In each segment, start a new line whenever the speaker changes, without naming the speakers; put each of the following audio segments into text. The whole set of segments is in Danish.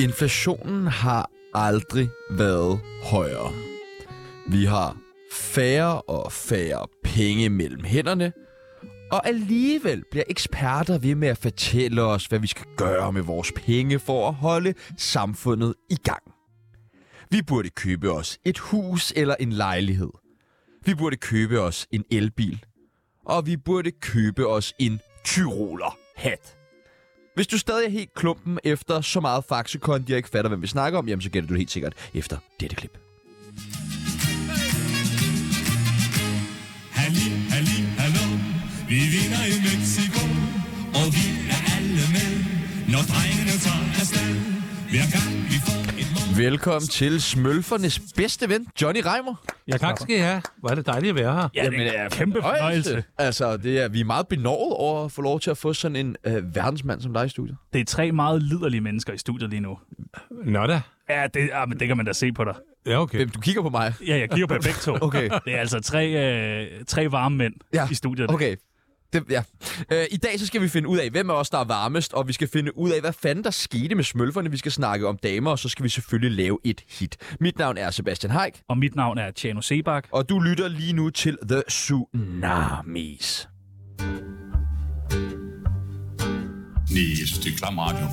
Inflationen har aldrig været højere. Vi har færre og færre penge mellem hænderne, og alligevel bliver eksperter ved med at fortælle os, hvad vi skal gøre med vores penge for at holde samfundet i gang. Vi burde købe os et hus eller en lejlighed. Vi burde købe os en elbil. Og vi burde købe os en tyroler hat. Hvis du stadig er helt klumpen efter så meget faxekondi, jeg ikke fatter, hvem vi snakker om, jamen så gætter du det helt sikkert efter dette klip.
Halli, halli, hallo, vi vinder i Mexico, og vi er alle med, når drengene tager afsted. Hver gang vi får et mål.
Velkommen til Smølfernes bedste ven, Johnny Reimer.
Ja, tak skal I have. Hvor er det dejligt at være her.
Ja, Jamen, det er en kæmpe fornøjelse.
Altså, det er, vi er meget benovet over at få lov til at få sådan en øh, verdensmand som dig i studiet.
Det er tre meget liderlige mennesker i studiet lige nu.
Nå da.
Ja, det, ah, men det kan man da se på dig.
Ja, okay.
Hvem, du kigger på mig.
Ja, jeg kigger på jer begge to.
Okay.
Det er altså tre, øh, tre varme mænd
Ja,
i studiet.
Okay. Det, ja. øh, I dag så skal vi finde ud af, hvem af os, der er varmest, og vi skal finde ud af, hvad fanden der skete med smølferne. Vi skal snakke om damer, og så skal vi selvfølgelig lave et hit. Mit navn er Sebastian Haik,
Og mit navn er Tjano Sebak.
og du lytter lige nu til The Tsunamis.
Nej, jeg synes, det er klam radio.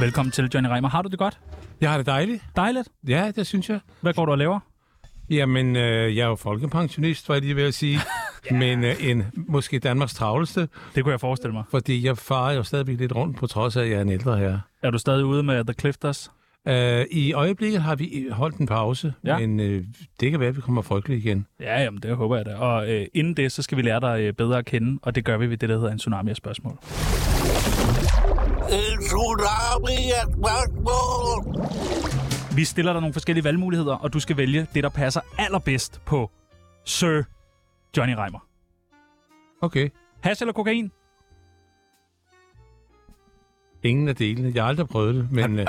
Velkommen til, Johnny Reimer. Har du det godt?
Jeg har det dejligt.
Dejligt.
Ja, det synes jeg.
Hvad går du og laver?
Jamen, øh, jeg er jo folkepensionist, var jeg lige ved at sige. Men øh, en, måske Danmarks travleste,
Det kunne jeg forestille mig.
fordi jeg farer jo stadigvæk lidt rundt, på trods af, at jeg er en ældre herre.
Er du stadig ude med The Clifters?
Øh, I øjeblikket har vi holdt en pause, ja.
Ja.
men øh, det kan være, at vi kommer frygteligt igen.
Ja, jamen, det håber jeg da. Og øh, inden det, så skal vi lære dig øh, bedre at kende, og det gør vi ved det, der hedder en tsunami af spørgsmål.
En tsunami er et spørgsmål.
Vi stiller dig nogle forskellige valgmuligheder, og du skal vælge det, der passer allerbedst på Sir Johnny Reimer.
Okay.
Hash eller kokain?
Ingen af delene. Jeg har aldrig prøvet det, men øh,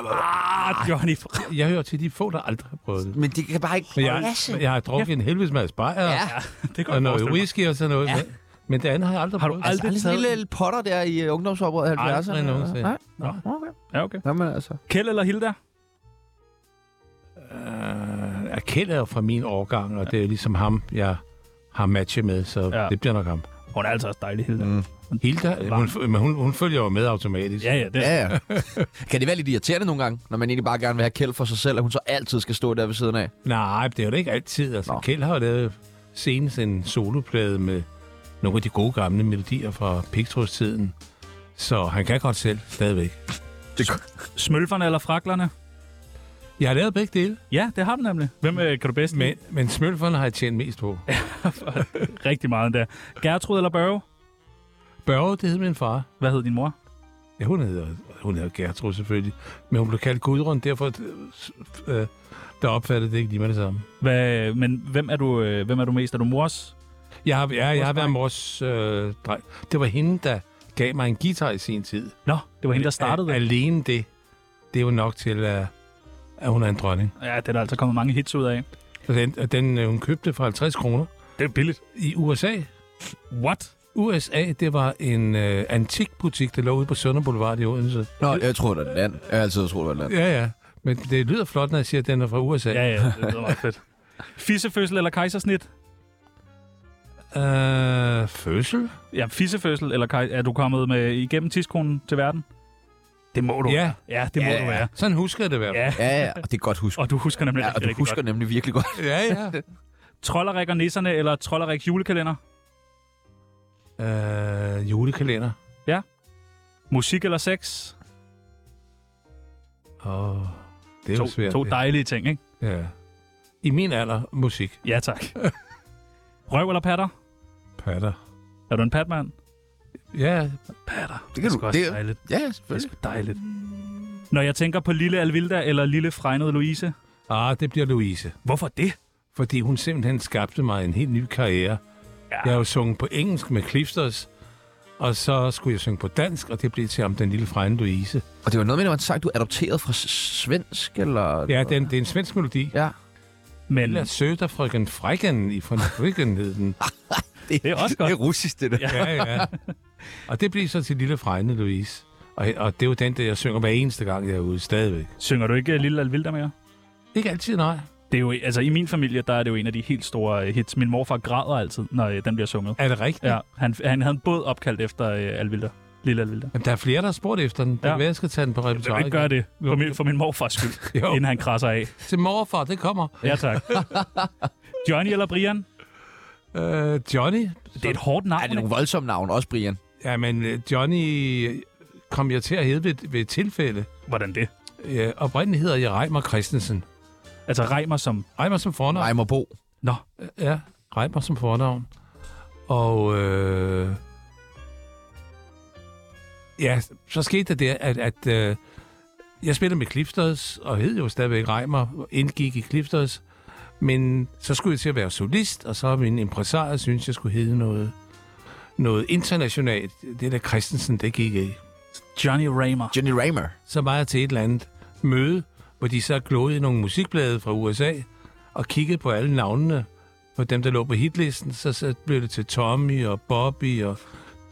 Ah, Johnny.
jeg hører til de få, der aldrig har prøvet det.
Men det kan bare ikke... Altså,
Men jeg, jeg har drukket en helvedes masse bajer ja,
Det kan
og
jeg
noget
forestille mig.
whisky og sådan noget. Ja. Men det andet har jeg aldrig
Har du
prøvet.
aldrig taget...
potter der i ungdomsoprøret
Aldrig nogensinde. Nej.
Nå.
okay.
Ja, okay.
Jamen altså.
Kjeld eller Hilda?
Øh, Kjeld er jo fra min årgang, og det er ligesom ham, jeg har matchet med, så
Ja.
ja. det bliver nok ham.
Hun er altså også dejlig, Hilda.
Mm.
Hilda, hun, f- men hun, hun følger jo med automatisk.
Ja, ja, det
Ja, ja. kan det være lidt irriterende nogle gange, når man egentlig bare gerne vil have kæld for sig selv, at hun så altid skal stå der ved siden af?
Nej, det er jo da ikke altid. Altså,
Nå.
Kjeld har jo lavet senest en soloplade med nogle af de gode gamle melodier fra Pigtrådstiden. Så han kan godt selv, stadigvæk.
Smølferne eller fraklerne?
Jeg har lavet begge dele,
Ja, det har du nemlig. Hvem øh, kan du bedst lide?
men, men smølferne har jeg tjent mest på.
Rigtig meget endda. Gertrud eller Børge?
Børge, det hed min far.
Hvad hed din mor?
Ja, hun hedder, hun hedder Gertrud selvfølgelig. Men hun blev kaldt Gudrun, derfor øh, der opfattede det ikke lige med det samme.
Hvad, men hvem er, du, øh, hvem er du mest? Er du mors?
Jeg har, ja, jeg har
dreng.
været mors øh, dreng. Det var hende, der gav mig en guitar i sin tid.
Nå, det var hende, der startede
Al-
det.
Alene det, det er jo nok til, at, at hun er en dronning.
Ja, det er der altså kommet mange hits ud af.
Og den, og den øh, hun købte for 50 kroner
Det er billigt.
i USA.
What?
USA, det var en øh, antikbutik, der lå ude på Sønder Boulevard i Odense.
Nå, jeg tror, det er et land. Jeg har altid troet, det er et land.
Ja, ja. Men det lyder flot, når jeg siger, at den er fra USA.
Ja, ja, det lyder meget fedt. Fissefødsel eller kejsersnit?
Øh, fødsel?
Ja, fissefødsel eller kaj... Er du kommet med igennem tidskonen til verden? Det må du.
Ja.
Ja, det må
Ja,
du
ja.
være.
Sådan husker jeg det i hvert fald.
Ja.
Ja, ja, og det er godt husket.
Og du husker nemlig
Ja, og
rigtig,
du
rigtig
husker
godt.
nemlig virkelig godt.
Ja, ja.
Trollerik og nisserne eller Trollerik julekalender?
øh, julekalender.
Musik eller sex?
Åh, det er jo
to,
svært.
to
det.
dejlige ting, ikke?
Ja. I min alder, musik.
Ja, tak. Røv eller patter?
Patter.
Er du en patmand?
Ja,
Patter. Det,
kan
er sgu
du-
også
det er-
dejligt.
Ja,
Det er
selvfølgelig.
sgu dejligt. Når jeg tænker på Lille Alvilda eller Lille Fregnede Louise,
ah, det bliver Louise.
hvorfor det?
Fordi hun simpelthen skabte mig en helt ny karriere. Ja. Jeg har jo sunget på engelsk med Clifters, og så skulle jeg synge på dansk, og det blev til om den lille fregne Louise.
Og det var noget med, at man sang, du er adopteret fra s- svensk, eller...
Ja, den, det er en svensk melodi.
Ja.
Men
Lad søde frøken Frækken i fra Frøken hed den.
det er også
Det
godt.
er russisk, det der.
Ja, ja. Og det blev så til lille fregne Louise. Og, og det er jo den, der jeg synger hver eneste gang, jeg er ude stadigvæk.
Synger du ikke øh, Lille Alvilda mere?
Ikke altid, nej.
Det er jo, altså i min familie, der er det jo en af de helt store øh, hits. Min morfar græder altid, når øh, den bliver sunget.
Er det rigtigt?
Ja, han, han havde en båd opkaldt efter øh, Alvilda. Lille Alvilda.
Jamen, der er flere, der har spurgt efter den. Det
Ja.
kan være, jeg skal tage den på
Jeg vil
repertoire.
ikke gøre det for min, for min morfars skyld,
Jo.
inden han krasser af.
igen. Til morfar, det kommer.
Ja, tak. Johnny eller Brian?
Øh, Johnny.
Det er et hårdt
Er
navn,
det
ikke?
nogle voldsomme navn også, Brian?
Jamen, øh, Johnny kom jeg til at hedde ved, ved et tilfælde.
Hvordan det?
Øh, oprindeligt hedder jeg Reimer Christensen.
Altså Reimer som...
Reimer som fornavn.
Reimer Bo.
Nå,
Ja, Reimer som fornavn. Og øh, ja, så skete der det, at, at øh, jeg spillede med Clifters, og hed jo stadigvæk Reimer, indgik i Clifters. Men så skulle jeg til at være solist, og så har min impresario synes jeg skulle hedde noget, noget internationalt. Det der Christensen, det gik ikke.
Johnny Reimer.
Jenny Reimer.
Så var jeg til et eller andet møde, hvor de så glodede i nogle musikblade fra USA og kiggede på alle navnene på dem, der lå på hitlisten. Så, så blev det til Tommy og Bobby og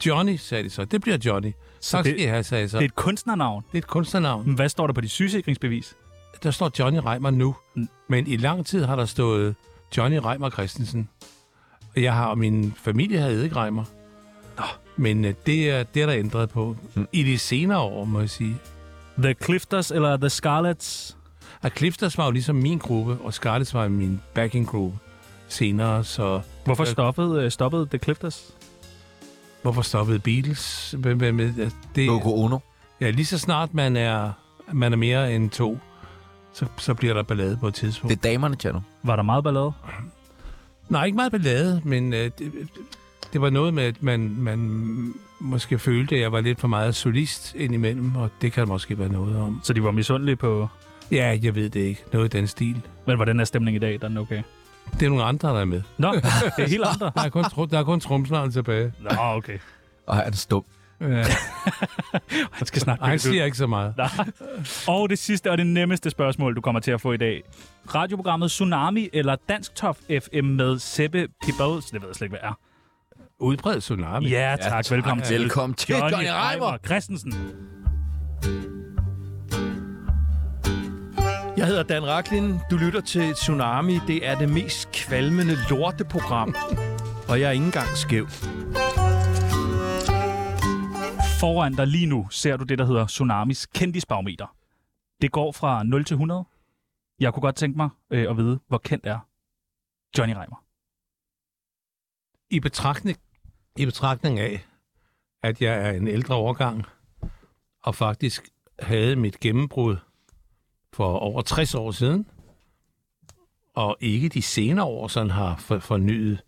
Johnny, sagde de så. Det bliver Johnny. Tak
det-
skal I have, sagde jeg så.
Det er
Det,
et kunstnernavn.
det er et kunstnernavn.
Men Hvad står der på dit sygesikringsbevis?
Der står Johnny Reimer nu, men i lang tid har der stået Johnny Reimer Christensen. Og Jeg har, og min familie har ikke Reimer. Men øh, det er, det er der ændret på. I de senere år, må jeg sige.
The Clifters eller The Scarlets?
Og Clifters var jo ligesom min gruppe, og Scarlets var min backing group senere, så
Hvorfor
Ja.
stoppede, øh, stoppede The Clifters?
hvorfor stoppede Beatles? Med, med, med, det,
Loco Ono.
ja, lige så snart man er, man er mere end to, så, så bliver der ballade på et tidspunkt.
Det
Det...
er damerne, Tjerno.
Var der meget ballade?
Nej, ikke meget ballade, men øh, det, det var noget med, at man, man måske følte, at jeg var lidt for meget solist indimellem, og det kan der måske være noget om.
Så de var misundelige på...
Ja, jeg ved det ikke. Noget i den stil.
Men hvordan er stemningen i dag? Der er den okay.
Det er nogle andre, der er med.
Nå, det er helt andre.
Der er kun, tru- der er kun trumsnaren tilbage.
Nå, okay.
Og han er stum.
Ja.
Han skal snakke
Ej, han
lidt ud.
siger ikke så meget.
Og det sidste og det nemmeste spørgsmål, du kommer til at få i dag. Radioprogrammet Tsunami eller Dansk Top FM med Seppe Pibbles? Det ved jeg slet ikke, hvad er.
Udbredt tsunami.
Ja, tak.
tak.
Velkommen til.
Velkommen til, Johnny Reimer.
Christensen.
Jeg hedder Dan Raklin. Du lytter til Tsunami. Det er det mest kvalmende lorteprogram. Og jeg er ikke engang skæv.
Foran dig lige nu ser du det, der hedder Tsunamis kendisbarometer. Det går fra 0 til 100. Jeg kunne godt tænke mig øh, at vide, hvor kendt er Johnny Reimer.
I betragtning, I betragtning af, at jeg er en ældre årgang, og faktisk havde mit gennembrud for over 60 år siden, og ikke de senere år sådan har for, fornyet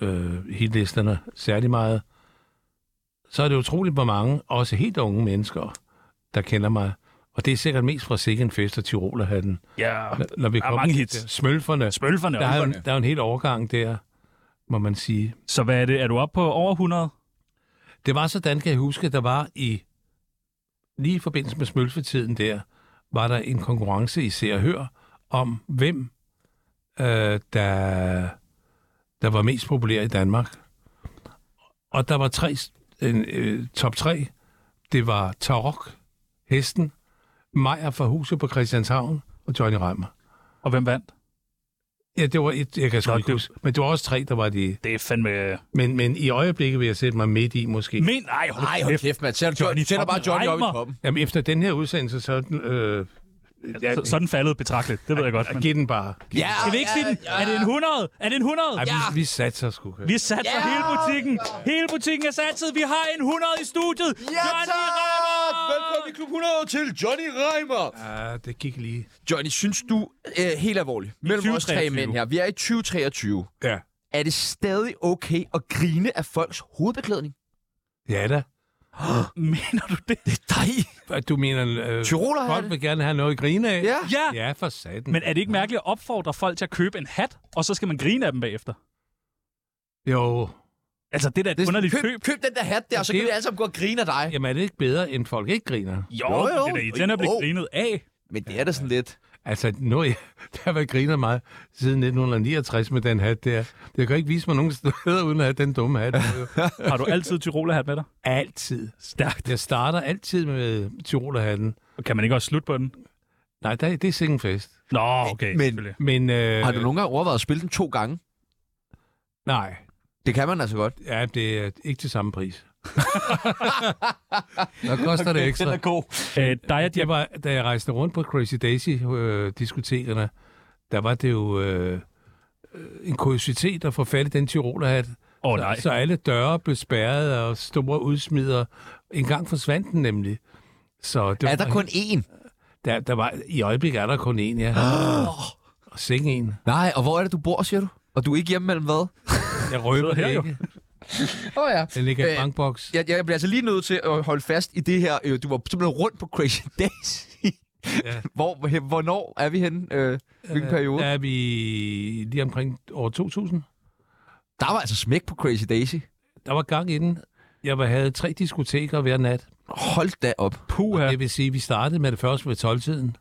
øh, hitlisterne særlig meget, så er det utroligt, hvor mange, også helt unge mennesker, der kender mig. Og det er sikkert mest fra Sikken Fest og Tirolerhatten.
Ja,
Når vi
der er
kommer
mange
til
hits.
der. Smølferne.
Spølferne
Der er, jo en,
også.
der er jo en hel overgang der, må man sige.
Så hvad er det? Er du oppe på over 100?
Det var sådan, kan jeg huske, der var i, lige i forbindelse med smølfetiden der, var der en konkurrence i Se og Hør om, hvem øh, der, der var mest populær i Danmark. Og der var tre, en, øh, top tre. Det var Tarok, Hesten, Meyer fra Huset på Christianshavn og Johnny Reimer.
Og hvem vandt?
Ja, det var et, jeg kan sgu
Nå,
ikke
det-
huske. Men det var også tre, der var de
Det er fandme...
Men, men i øjeblikket vil jeg sætte mig midt i, måske. Men...
Men, nej, hold,
Nej, hold kæft, mand. Tjerno, Johnny, sætter bare Johnny op i
Reimer.
toppen.
Jamen, efter den her udsendelse, så... Øh, ja,
Så, sådan faldet betragteligt. Det ved jeg godt. Men...
Giv den bare.
Ja,
Skal vi ikke sige den? Er det en 100? Er det en 100?
Ej, ja. vi, vi satser sgu. Vi...
Vi er sat for hele butikken. Hele butikken er satset. Vi har en 100 i studiet.
Ja,
Johnny
tak!
Reimer!
Velkommen i Klub 100 til Johnny Reimer.
Ja, det gik lige.
Johnny, synes du, øh, helt alvorligt, mellem os tre
2023.
mænd her, vi er i 2023.
Ja.
Er det stadig okay at grine af folks hovedbeklædning?
Ja da.
Mener du det?
Nej.
Hvad, Du mener, øh,
Tyroler har
folk
det.
vil gerne have noget at grine af?
Ja.
Ja.
Ja, for satan.
Men er det ikke mærkeligt at opfordre folk til at købe en hat, og så skal man grine af dem bagefter?
Jo.
Altså, det er da et det, underligt køb. køb.
køb, køb den der hat der, så kan
det-
vi alle sammen gå og grine af dig.
Jamen, er det ikke bedre, end folk ikke griner?
Jo,
Jo,
jo,
jo.
jo. det er da irriterende at blive
Jo.
grinet af.
Men det er da sådan lidt...
Altså, nu, jeg, der har været griner meget siden 1969 med den hat der. Det kan ikke vise mig nogen steder uden at have den dumme hat. på, jo.
Har du altid Tyrolerhat med dig?
altid.
Stærkt.
Jeg starter altid med Tyrolerhatten.
Og Kan man ikke også slutte på den?
Nej, der, det er sikke en fest.
Nå, okay.
Men-
selvfølgelig.
Men, øh,
Har du nogle gange overvejet at spille den to gange?
Nej,
Det kan man altså godt.
ja, det er ikke til samme pris. Hvad koster okay, det ekstra?
god.
Øh, dig og
Jeg
Diab-
var, da jeg rejste rundt på Crazy Daisy-diskotekerne, der var det jo øh, øh, en kuriositet at få fat i den tyrolerhat.
Åh, nej.
Så, så alle døre blev spærret, og store udsmider. En gang forsvandt den nemlig. Så det
Er
var,
der kun én?
Der, der var, I øjeblikket er der kun én, ja. Og seng en.
Nej, og hvor er det, du bor, siger du? Og du er ikke hjemme mellem hvad?
Jeg røber
her
det
jo.
ikke.
Åh oh, ja.
Den ligger i
Øh,
en bankboks.
Jeg, jeg bliver altså lige nødt til at holde fast i det her. Øh, Du var simpelthen rundt på Crazy Days.
Ja.
ja. Hvor, he- hvornår er vi henne? Øh, hvilken periode?
Der er vi lige omkring år 2000.
Der var altså smæk på Crazy Daisy.
Der var gang i den. Jeg var- havde tre diskoteker hver nat.
Hold da op.
Puha.
Det vil sige, at vi startede med det første ved 12-tiden,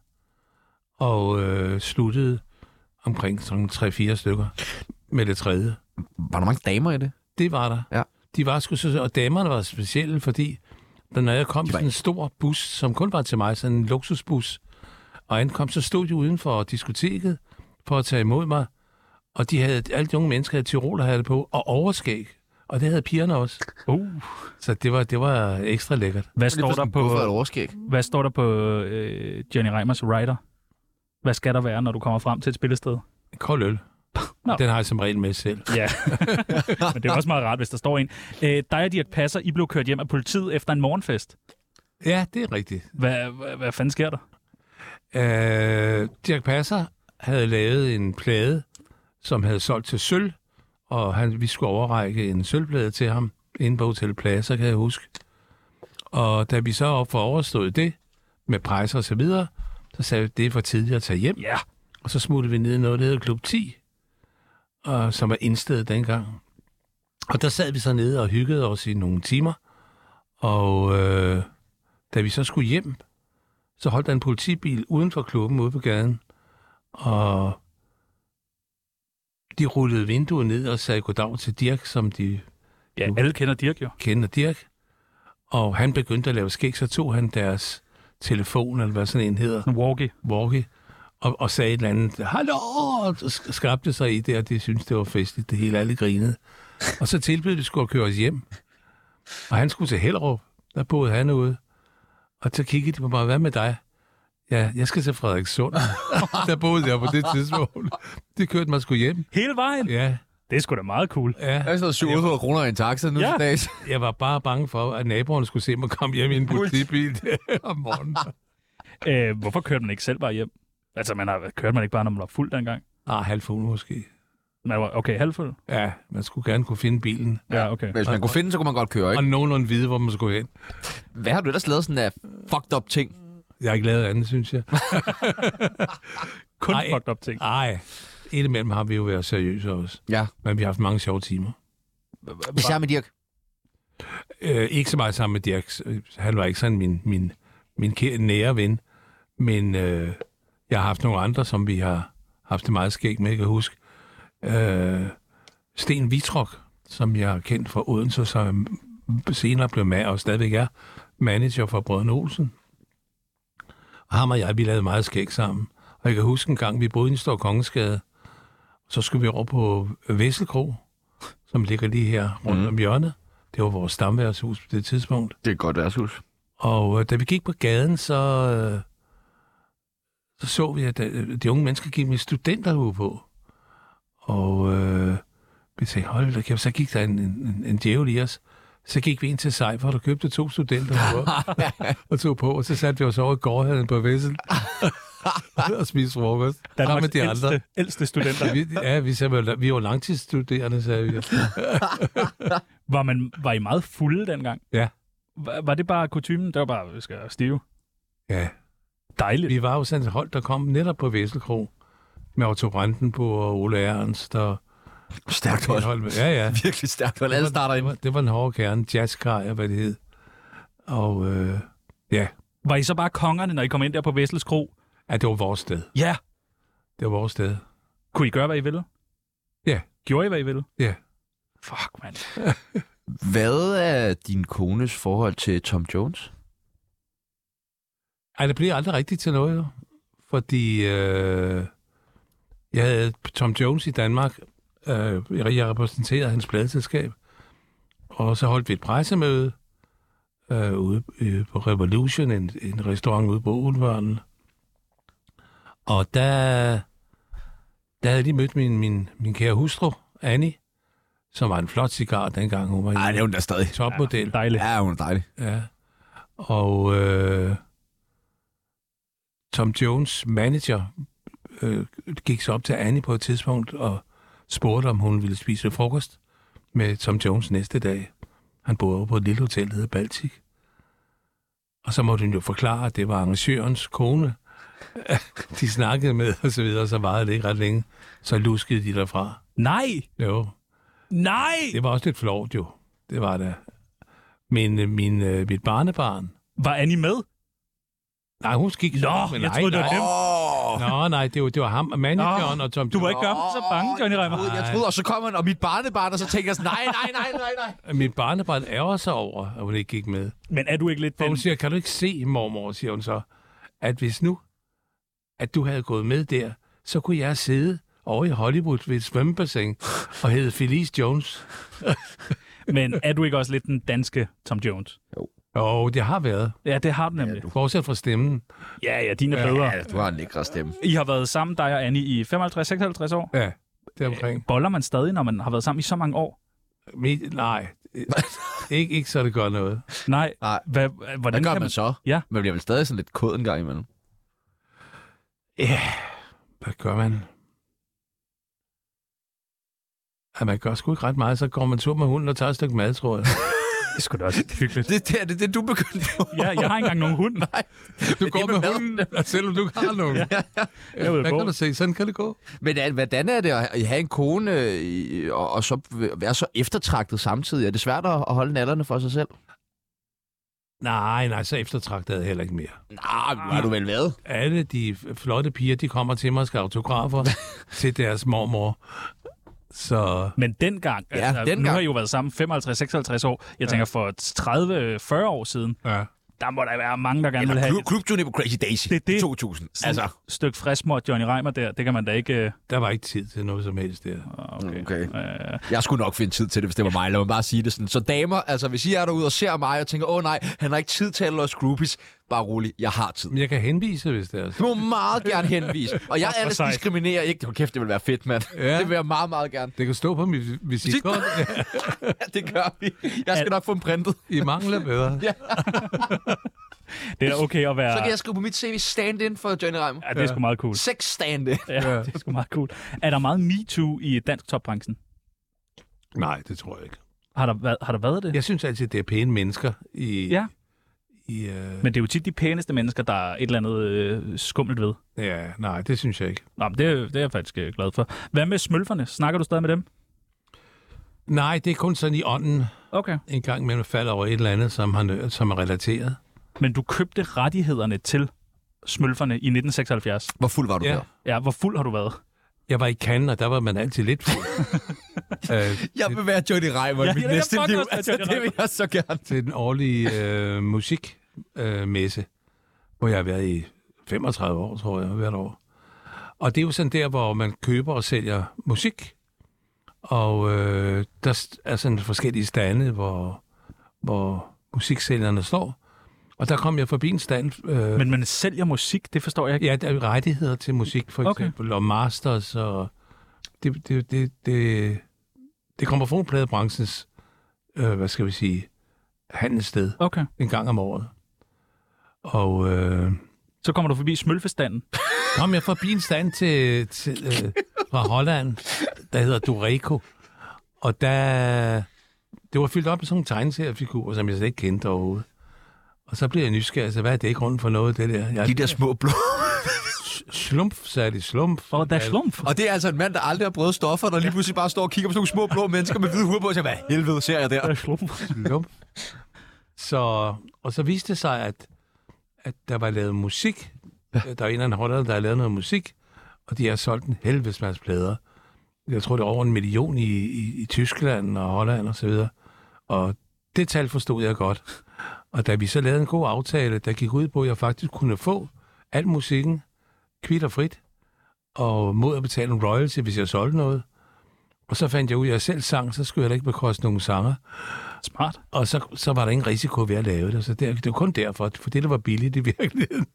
og øh, sluttede omkring sådan 3-4 stykker med det tredje.
Var der mange damer i det?
Det var der.
Ja.
De var sgu så, og damerne var specielle, fordi da når jeg kom i
var
sådan en stor bus, som kun var til mig, sådan en luksusbus, og ankom, så stod de uden for diskoteket for at tage imod mig, og de havde, alle de unge mennesker havde tyroler havde på, og overskæg, og det havde pigerne også.
Uh,
Så det var, det var ekstra lækkert.
hvad, står der på,
Hvorfor er det overskæg?
hvad står der på øh, Johnny Reimers Rider? Hvad skal der være, når du kommer frem til et spillested?
Kold øl.
Nå.
Den har jeg som regel med selv.
Ja, men det er også meget rart, hvis der står en. Øh, dig og Dirk Passer, I blev kørt hjem af politiet efter en morgenfest.
Ja, det er rigtigt.
Hvad, hvad, hvad fanden sker der?
Øh, Dirk Passer havde lavet en plade, som havde solgt til sølv, og han, vi skulle overrække en sølvplade til ham inde på Hotel Plaza, kan jeg huske. Og da vi så op for overstået det, med priser og så videre, så sagde vi, det er for tidligt at tage hjem.
Ja.
Og så smuttede vi ned i noget, der hedder Klub 10, og, som var indstedet dengang. Og der sad vi så nede og hyggede os i nogle timer. Og øh, da vi så skulle hjem, så holdt der en politibil uden for klubben ude på gaden. Og de rullede vinduet ned og sagde goddag til Dirk, som de
Ja, alle kender Dirk jo.
kender Dirk. Og han begyndte at lave skæg, så tog han deres telefon, eller hvad sådan en hedder,
En walkie.
walkie, og, og sagde et eller andet, hallo, og sk- skabte sig i det, og det syntes, det var festligt, det hele alle grinede. Og så tilbød de skulle at køre os hjem. Og han skulle til Hellerup, der boede han ude. Og så kiggede de på mig, hvad med dig? Ja, jeg skal til Frederikssund. der boede jeg på det tidspunkt. Det kørte mig sgu hjem.
Hele vejen?
Ja,
Det er sgu da meget cool.
ja.
Der er sådan 700 Altså, kroner i en taxa nu
Ja.
til dags.
Jeg var bare bange for, at naboerne skulle se mig komme hjem i en politibil om morgenen.
Øh, hvorfor kørte man ikke selv bare hjem? Altså, man har, kørte man ikke bare, når man var fuld dengang?
Ah, halv fuld måske.
Man var, okay, halvfuld?
Ja, man skulle gerne kunne finde bilen.
Ja, okay.
Hvis man kunne finde, så kunne man godt køre,
Og
ikke?
nogenlunde vide, hvor man skulle hen.
Hvad har du ellers lavet sådan af fucked up ting?
Jeg har ikke lavet andet, synes jeg.
Kun
Ej.
fucked up ting.
Ej, indimellem har vi jo været seriøse også.
Ja.
Men vi har haft mange sjove timer.
Især med Dirk.
Øh, ikke så meget sammen med Dirk. Han var ikke sådan min, min, min kære, nære ven. Men øh, jeg har haft nogle andre, som vi har haft det meget skægt med, jeg kan huske. Øh, Sten Vitrok, som jeg har kendt fra Odense, som senere blev med og stadigvæk er manager for Brødrene Olsen. Og ham og jeg, vi lavede meget skæg sammen. Og jeg kan huske en gang, vi boede i en stor kongeskade, så skulle vi over på Vesselkro, som ligger lige her rundt mm. om hjørnet. Det var vores stamværshus på det tidspunkt.
Det er et godt værtshus.
Og øh, da vi gik på gaden, så, øh, så så vi, at øh, de unge mennesker gik med studenterhue på. Og øh, vi sagde, hold da kæft, så gik der en, en, en- en djævel i os. Så gik vi ind til Seifert og købte to studenter og tog på, og så satte vi os over i gårdhallen på Vessel og spiste frokost. sammen
Danmarks
med de andre.
ældste, ældste studenter.
Vi, ja, vi, sagde, vel, vi var langtidsstuderende, sagde vi.
Var, man, var I meget fulde dengang?
Ja.
Var, var det bare kutumen? Det var bare, vi skal stive.
Ja.
Dejligt.
Vi var jo sådan et hold, der kom netop på Vesselkro med Otto Brandenburg og Ole Ernst og
Stærkt hold.
et hold med, ja, ja.
Virkelig stærkt hold. Alle starter
det,
ind.
var, det var en hård kerne, jazzkar, og hvad det hed. Og øh, ja,
Var I så bare kongerne, når I kom ind der på Vessels Kro?
at det var vores sted.
Ja.
Det var vores sted.
Kunne I gøre, hvad I ville?
Ja.
Gjorde I, hvad I ville?
Ja.
Fuck, mand.
Hvad er din kones forhold til Tom Jones?
Ej, det blev aldrig rigtigt til noget, jo. fordi øh, jeg havde Tom Jones i Danmark. Øh, jeg repræsenterede hans pladeselskab, og så holdt vi et pressemøde øh, ude øh, på Revolution, en, en restaurant ude på Ulvørnen. Og der, der havde de mødt min, min, min kære hustru, Annie, som var en flot cigar dengang. Hun var
Nej, det er
en
hun da stadig.
topmodel.
Dejligt.
Ja, hun er dejlig.
Ja. Og øh, Tom Jones' manager øh, gik så op til Annie på et tidspunkt og spurgte, om hun ville spise frokost med Tom Jones næste dag. Han boede over på et lille hotel, der hedder Baltic. Og så måtte hun jo forklare, at det var arrangørens kone, de snakkede med og så videre, og så varede det ikke ret længe. Så luskede de derfra.
Nej!
Jo.
Nej!
Det var også lidt flot, jo. Det var det. Men øh, min, øh, mit barnebarn,
Var Annie med?
Nej, hun gik
Nå, jeg troede, det var dem.
Åh!
Nå, nej, det var, det var ham, manageren og Tom
Du må ikke gøre mig så bange, Johnny Reimer.
Jeg troede, og så kommer han, og mit barnebarn, og så tænker jeg sådan, nej, nej, nej, nej, nej.
Min barnebarn ærger sig over, at hun ikke gik med.
Men er du ikke lidt
For
den...
hun siger, kan du ikke se, mormor, siger hun så, at hvis nu, at du havde gået med der, så kunne jeg sidde over i Hollywood ved et svømmebassin og hedde Felice Jones.
Men er du ikke også lidt den danske Tom Jones?
Og det har været.
Ja, det har du nemlig.
Bortset fra stemmen.
Ja, ja, din er bedre.
Ja, du har en lækre stemme.
I har været sammen, dig og Annie, i 55-56 år.
Ja, deromkring.
Boller man stadig, når man har været sammen i så mange år?
Mit, nej, ikke, ikke så det gør noget.
Nej.
Nej.
Hvad, hvordan
Hvad gør
kan
man så?
Ja.
Man bliver vel stadig sådan lidt kod en gang imellem.
Hvad gør man? Ja, man gør sgu ikke ret meget, så går man tur med hunden og tager et stykke mad, tror jeg.
Det skulle da også lidt hyggeligt.
Det, det er det, det, du begyndte på.
Ja, jeg har ikke engang nogen hund.
Du
går med
hunden, selvom du ikke har nogen. ja,
Jeg vil
Hvad
gå.
kan du se? Sådan kan det gå.
Men al- hvordan er det at ha- have en kone øh, i- og, og så være så eftertragtet samtidig? Er det svært at at holde nallerne for sig selv?
Nej, nej, så eftertragtet er jeg heller ikke mere.
Nej, nu har du vel været.
Alle de f- flotte piger, de kommer til mig og skal have autografer til deres mormor. Så
Men dengang,
Ja,
altså, nu
dengang.
har I jo været sammen 55-56 år. Jeg tænker, for 30-40 år siden,
ja.
der må der være mange, der gerne vil
Eller
have
klub, klubturné på Crazy Daisy
Det er det.
2000.
altså. et stykke friskmåt Johnny Reimer der. Det kan man da ikke... øh,
der var ikke tid til noget som helst der.
Okay.
Okay.
Øh,
Jeg skulle nok finde tid til det, hvis det var mig. Lad mig bare sige det sådan. Så damer, altså hvis I er derude og ser mig og tænker, åh nej, han har ikke tid til alle os groupies. Bare rolig, jeg har tid.
Men jeg kan henvise, hvis det er.
Du må meget gerne henvise. Og jeg ellers
sejt.
diskriminerer ikke. Hold kæft, det vil være fedt, mand.
Ja.
Ja. Det vil jeg meget, meget gerne.
Det kan stå på mit visitkort.
Ja, det gør vi. Jeg skal nok få dem printet.
I mangler bedre.
det er da okay at være...
Så kan jeg skrive på mit CV stand-in for Johnny Reimer.
Ja, det er sgu meget cool.
Seks stand-in.
Ja, det er sgu meget cool. Er der meget MeToo i dansk topbranchen?
Nej, det tror jeg ikke.
Har der, været, har der været det?
Jeg synes altid, det er pæne mennesker i...
Ja.
I, øh,
Men det er jo tit de pæneste mennesker, der er et eller andet øh, skummelt ved.
Ja, nej, det synes jeg ikke.
Nå, men det, det er jeg faktisk øh, glad for. Hvad med smølferne? Snakker du stadig med dem?
Nej, det er kun sådan i ånden
Okay.
en gang imellem falder over et eller andet, som, han, som er relateret.
Men du købte rettighederne til smølferne i 1976.
Hvor fuld var du
Ja.
der?
Ja, hvor fuld har du været?
Jeg var i Cannes, og der var man altid lidt fuld. øh,
Jeg vil være Johnny Reimer
Ja, mit jeg vil næste fucking liv. også være Altså, Johnny det vil Reimer.
jeg så gerne.
til den årlige øh, musikmesse, øh, messe, hvor jeg har været i 35 år, tror jeg, hvert år. Og det er jo sådan der, hvor man køber og sælger musik. Og øh, der s- er sådan forskellige stande, hvor, hvor musiksælgerne står. Og der kom jeg forbi en stand... Øh,
Men man sælger musik, det forstår jeg ikke.
Ja, der er jo rettigheder til musik, for
Okay.
eksempel, okay. og masters, og det, det, det, det, det kommer fra pladebranchens, øh, hvad skal vi sige, handelssted
Okay.
en gang om året. Og øh,
Så kommer du forbi smølfestanden.
kom jeg forbi en stand til, til, øh, fra Holland, der hedder Dureco, og der, det var fyldt op med sådan nogle tegneseriefigurer, som jeg slet ikke kendte overhovedet. Og så blev jeg nysgerrig, så hvad er det ikke grunden for noget, det der? Jeg,
De der små blå.
slump, sagde de, slump.
Og der er
Ja,
slump.
Og det er altså en mand, der aldrig har prøvet stoffer, der lige pludselig bare står og kigger på sådan nogle små blå mennesker med hvide huer på, og siger, hvad helvede ser jeg der?
Der er slump.
Lum. Så, og så viste det sig, at, at der var lavet musik Der er en eller anden holder, der har lavet noget musik, og de har solgt en helvedes masse plader. Jeg tror, det er over en million i, i, i Tyskland og Holland og så videre. Og det tal forstod jeg godt. Og da vi så lavede en god aftale, der gik ud på, at jeg faktisk kunne få al musikken kvitt og frit, og mod at betale en royalty, hvis jeg solgte noget. Og så fandt jeg ud af, at jeg selv sang, så skulle jeg da ikke bekoste nogen sanger.
Smart.
Og så, så var der ingen risiko ved at lave det. Så det, det var kun derfor, for det, der var billigt i virkeligheden.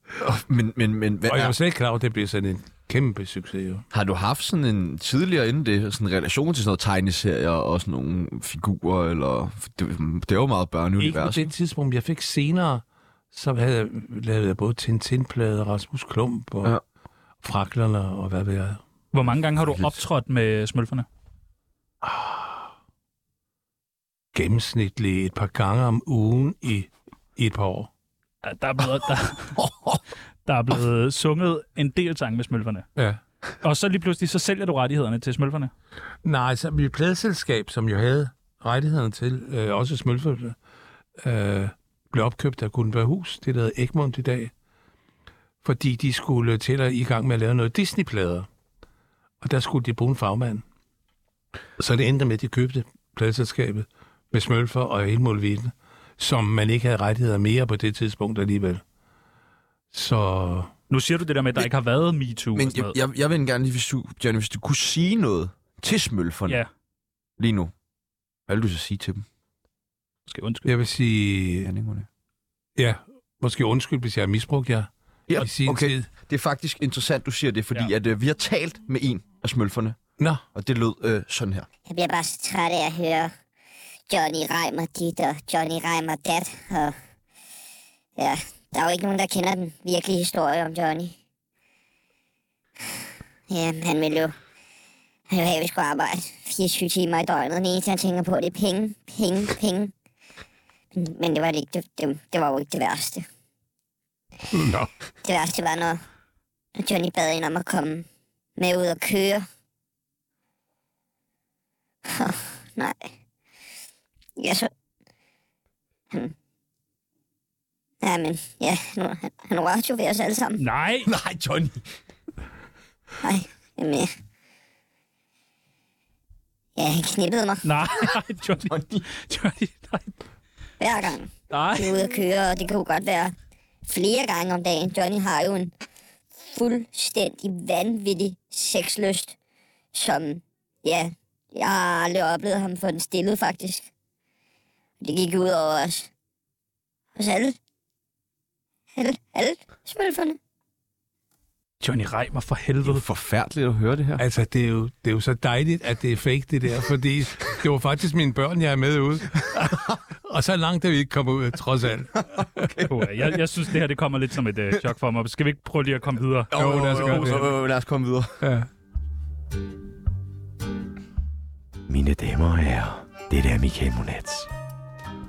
Men, men, men hvad
Og jeg var
er,
slet ikke klar over, at det blev sådan en kæmpe succes. Jo.
har du haft sådan en tidligere inden det, sådan en relation til sådan noget tegneserier og sådan nogle figurer, eller... Det, det er jo meget
Ikke på
børneunivers.
det tidspunkt, jeg fik senere, så havde jeg lavet både Tintin-plader, Rasmus Klump og
Ja.
ja. Fraklerne og hvad ved jeg.
Hvor mange gange har du
Vildt.
optrådt med smølferne?
Gennemsnitligt et par gange om ugen i, i et par år.
Ja, Der er blevet, der, der er blevet sunget en del sang med smølferne.
Ja.
Og så lige pludselig, så sælger du rettighederne til smølferne.
Nej, så mit pladeselskab, som jeg havde rettigheden til, øh, også Smølfødte, øh, blev opkøbt af Gunnberg Hus, det der hedder Egmont i dag, fordi de skulle til at i gang med at lave noget Disney-plader. Og der skulle de bruge en fagmand. Så det endte med, at de købte pladeselskabet med Smølfer og hele Molvitten, som man ikke havde rettigheder mere på det tidspunkt alligevel. Så
Nu siger du det der med, at der
Men-
ikke har været MeToo
Men
og sådan
jeg,
noget.
jeg, jeg vil gerne lige, hvis du, Johnny, hvis du kunne sige noget til smølferne
Ja,
lige nu. Hvad vil du så sige til dem?
skal undskylde.
jeg vil sige,
Handlingerne.
ja, måske undskyld, hvis jeg har misbrugt jer i
Ja,
sin
okay.
tid.
Det er faktisk interessant, du siger det, fordi ja.
Ja.
at, øh, vi har talt med en af smølferne,
Nå,
og det lød øh, sådan her.
Jeg bliver bare så træt af at høre Johnny Reimer dit og Johnny Reimer dat. Og ja, der er jo ikke nogen, der kender den virkelige historie om Johnny. Ja, han ville jo, han ville have, at vi skulle arbejde 24 timer i døgnet. Den eneste, han tænker på, det er penge, penge, penge. Men, men det, var det, ikke, det, det, det var jo ikke det værste.
nå.
Det værste var, når, når Johnny bad en om at komme med ud og køre. Oh, nej. Jeg så... Han... Ja, men ja, nu, han, han rørte jo ved os alle sammen.
Nej!
Nej, Johnny.
Nej, jamen ja. Ja, han knippede mig
Nej, Johnny. Johnny, nej.
hver gang.
Nej.
Vi er ude at køre, og det kan jo godt være flere gange om dagen. Johnny har jo en fuldstændig vanvittig sexlyst, som, ja, jeg har aldrig oplevet ham få den stillet, faktisk. Det gik ud over os. Os alle. Alle, alle smølferne.
Johnny Reimer for
Det er
helvede.
forfærdeligt at høre det her.
Altså, det er, jo, det er jo så dejligt, at det er fake, det der, fordi det var faktisk mine børn, jeg er med ud. og så langt er vi ikke kommet ud, trods alt.
Puha, Jeg, jeg synes, det her det kommer lidt som et øh, chok for mig. Skal vi ikke prøve lige at komme videre?
Jo, lad os gøre det.
jo, lad os komme videre.
Ja.
Mine damer og herrer, det er Michael Monats.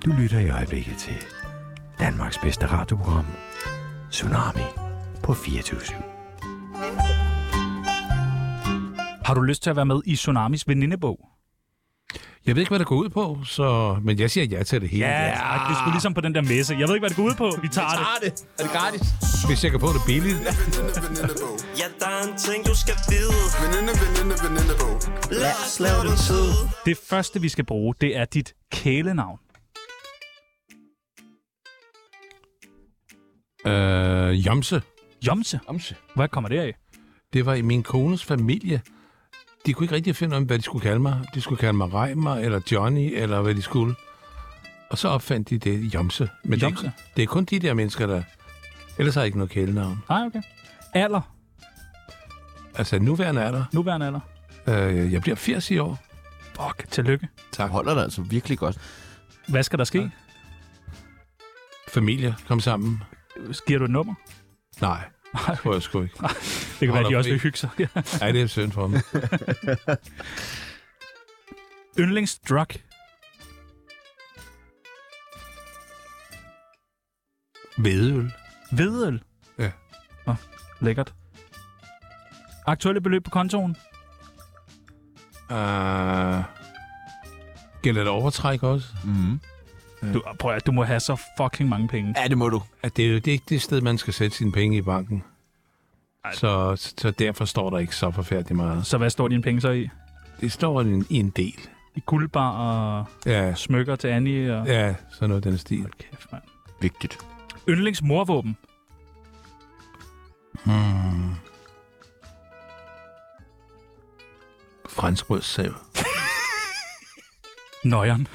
Du lytter i øjeblikket til Danmarks bedste radioprogram, Tsunami på 24
Har du lyst til at være med i Tsunamis venindebog?
Jeg ved ikke, hvad det går ud på, så... men jeg siger ja til det hele.
tak. Det skulle ligesom på den der messe. Jeg ved ikke, hvad det går ud på. Vi tager det.
Er det gratis?
Hvis jeg kan få det billigt.
Veninde, veninde bog.
Ja, der er en ting, du skal vide.
Veninde, veninde, veninde bog.
Lad os lave den tid.
Det første, vi skal bruge, det er dit kælenavn.
Øh, Jomse,
Jomse.
Omse.
Hvad kommer det af?
det var i min kones familie. De kunne ikke rigtig finde ud af, hvad de skulle kalde mig. De skulle kalde mig Reimer, eller Johnny, eller hvad de skulle. Og så opfandt de det Jomse. Men Det,
Jomse?
er, det er kun de der mennesker, der... Ellers har jeg ikke noget kælenavn.
Nej, okay. Alder.
Altså, nuværende er der.
Nuværende alder.
Øh, jeg bliver 80 i år.
Fuck, tillykke.
Tak. Holder dig altså virkelig godt.
Hvad skal der ske?
Familie kom sammen.
Giver du et nummer?
Nej, det tror jeg sgu ikke.
Det kan være,
Holder
at de også
fri.
vil hygge sig. Ja.
Nej, det er synd for mig.
Yndlingsdrug.
Vedøl.
Hvedøl.
Ja.
Nå, lækkert. Aktuelle beløb på kontoen?
Uh, gælder det overtræk også?
Mm.
Du, prøv at, du må have så fucking mange penge.
Ja, det må du.
At det, er jo, det er ikke det sted, man skal sætte sine penge i banken. Så, så derfor står der ikke så forfærdeligt meget.
Så hvad står dine penge så i?
Det står i en, i en del.
I guldbar og
Ja,
smykker til Annie og...
ja sådan noget i den stil.
Hold kæft, mand.
Vigtigt.
Yndlingsmorvåben.
Hmm. Fransk rød sav.
Nøjeren.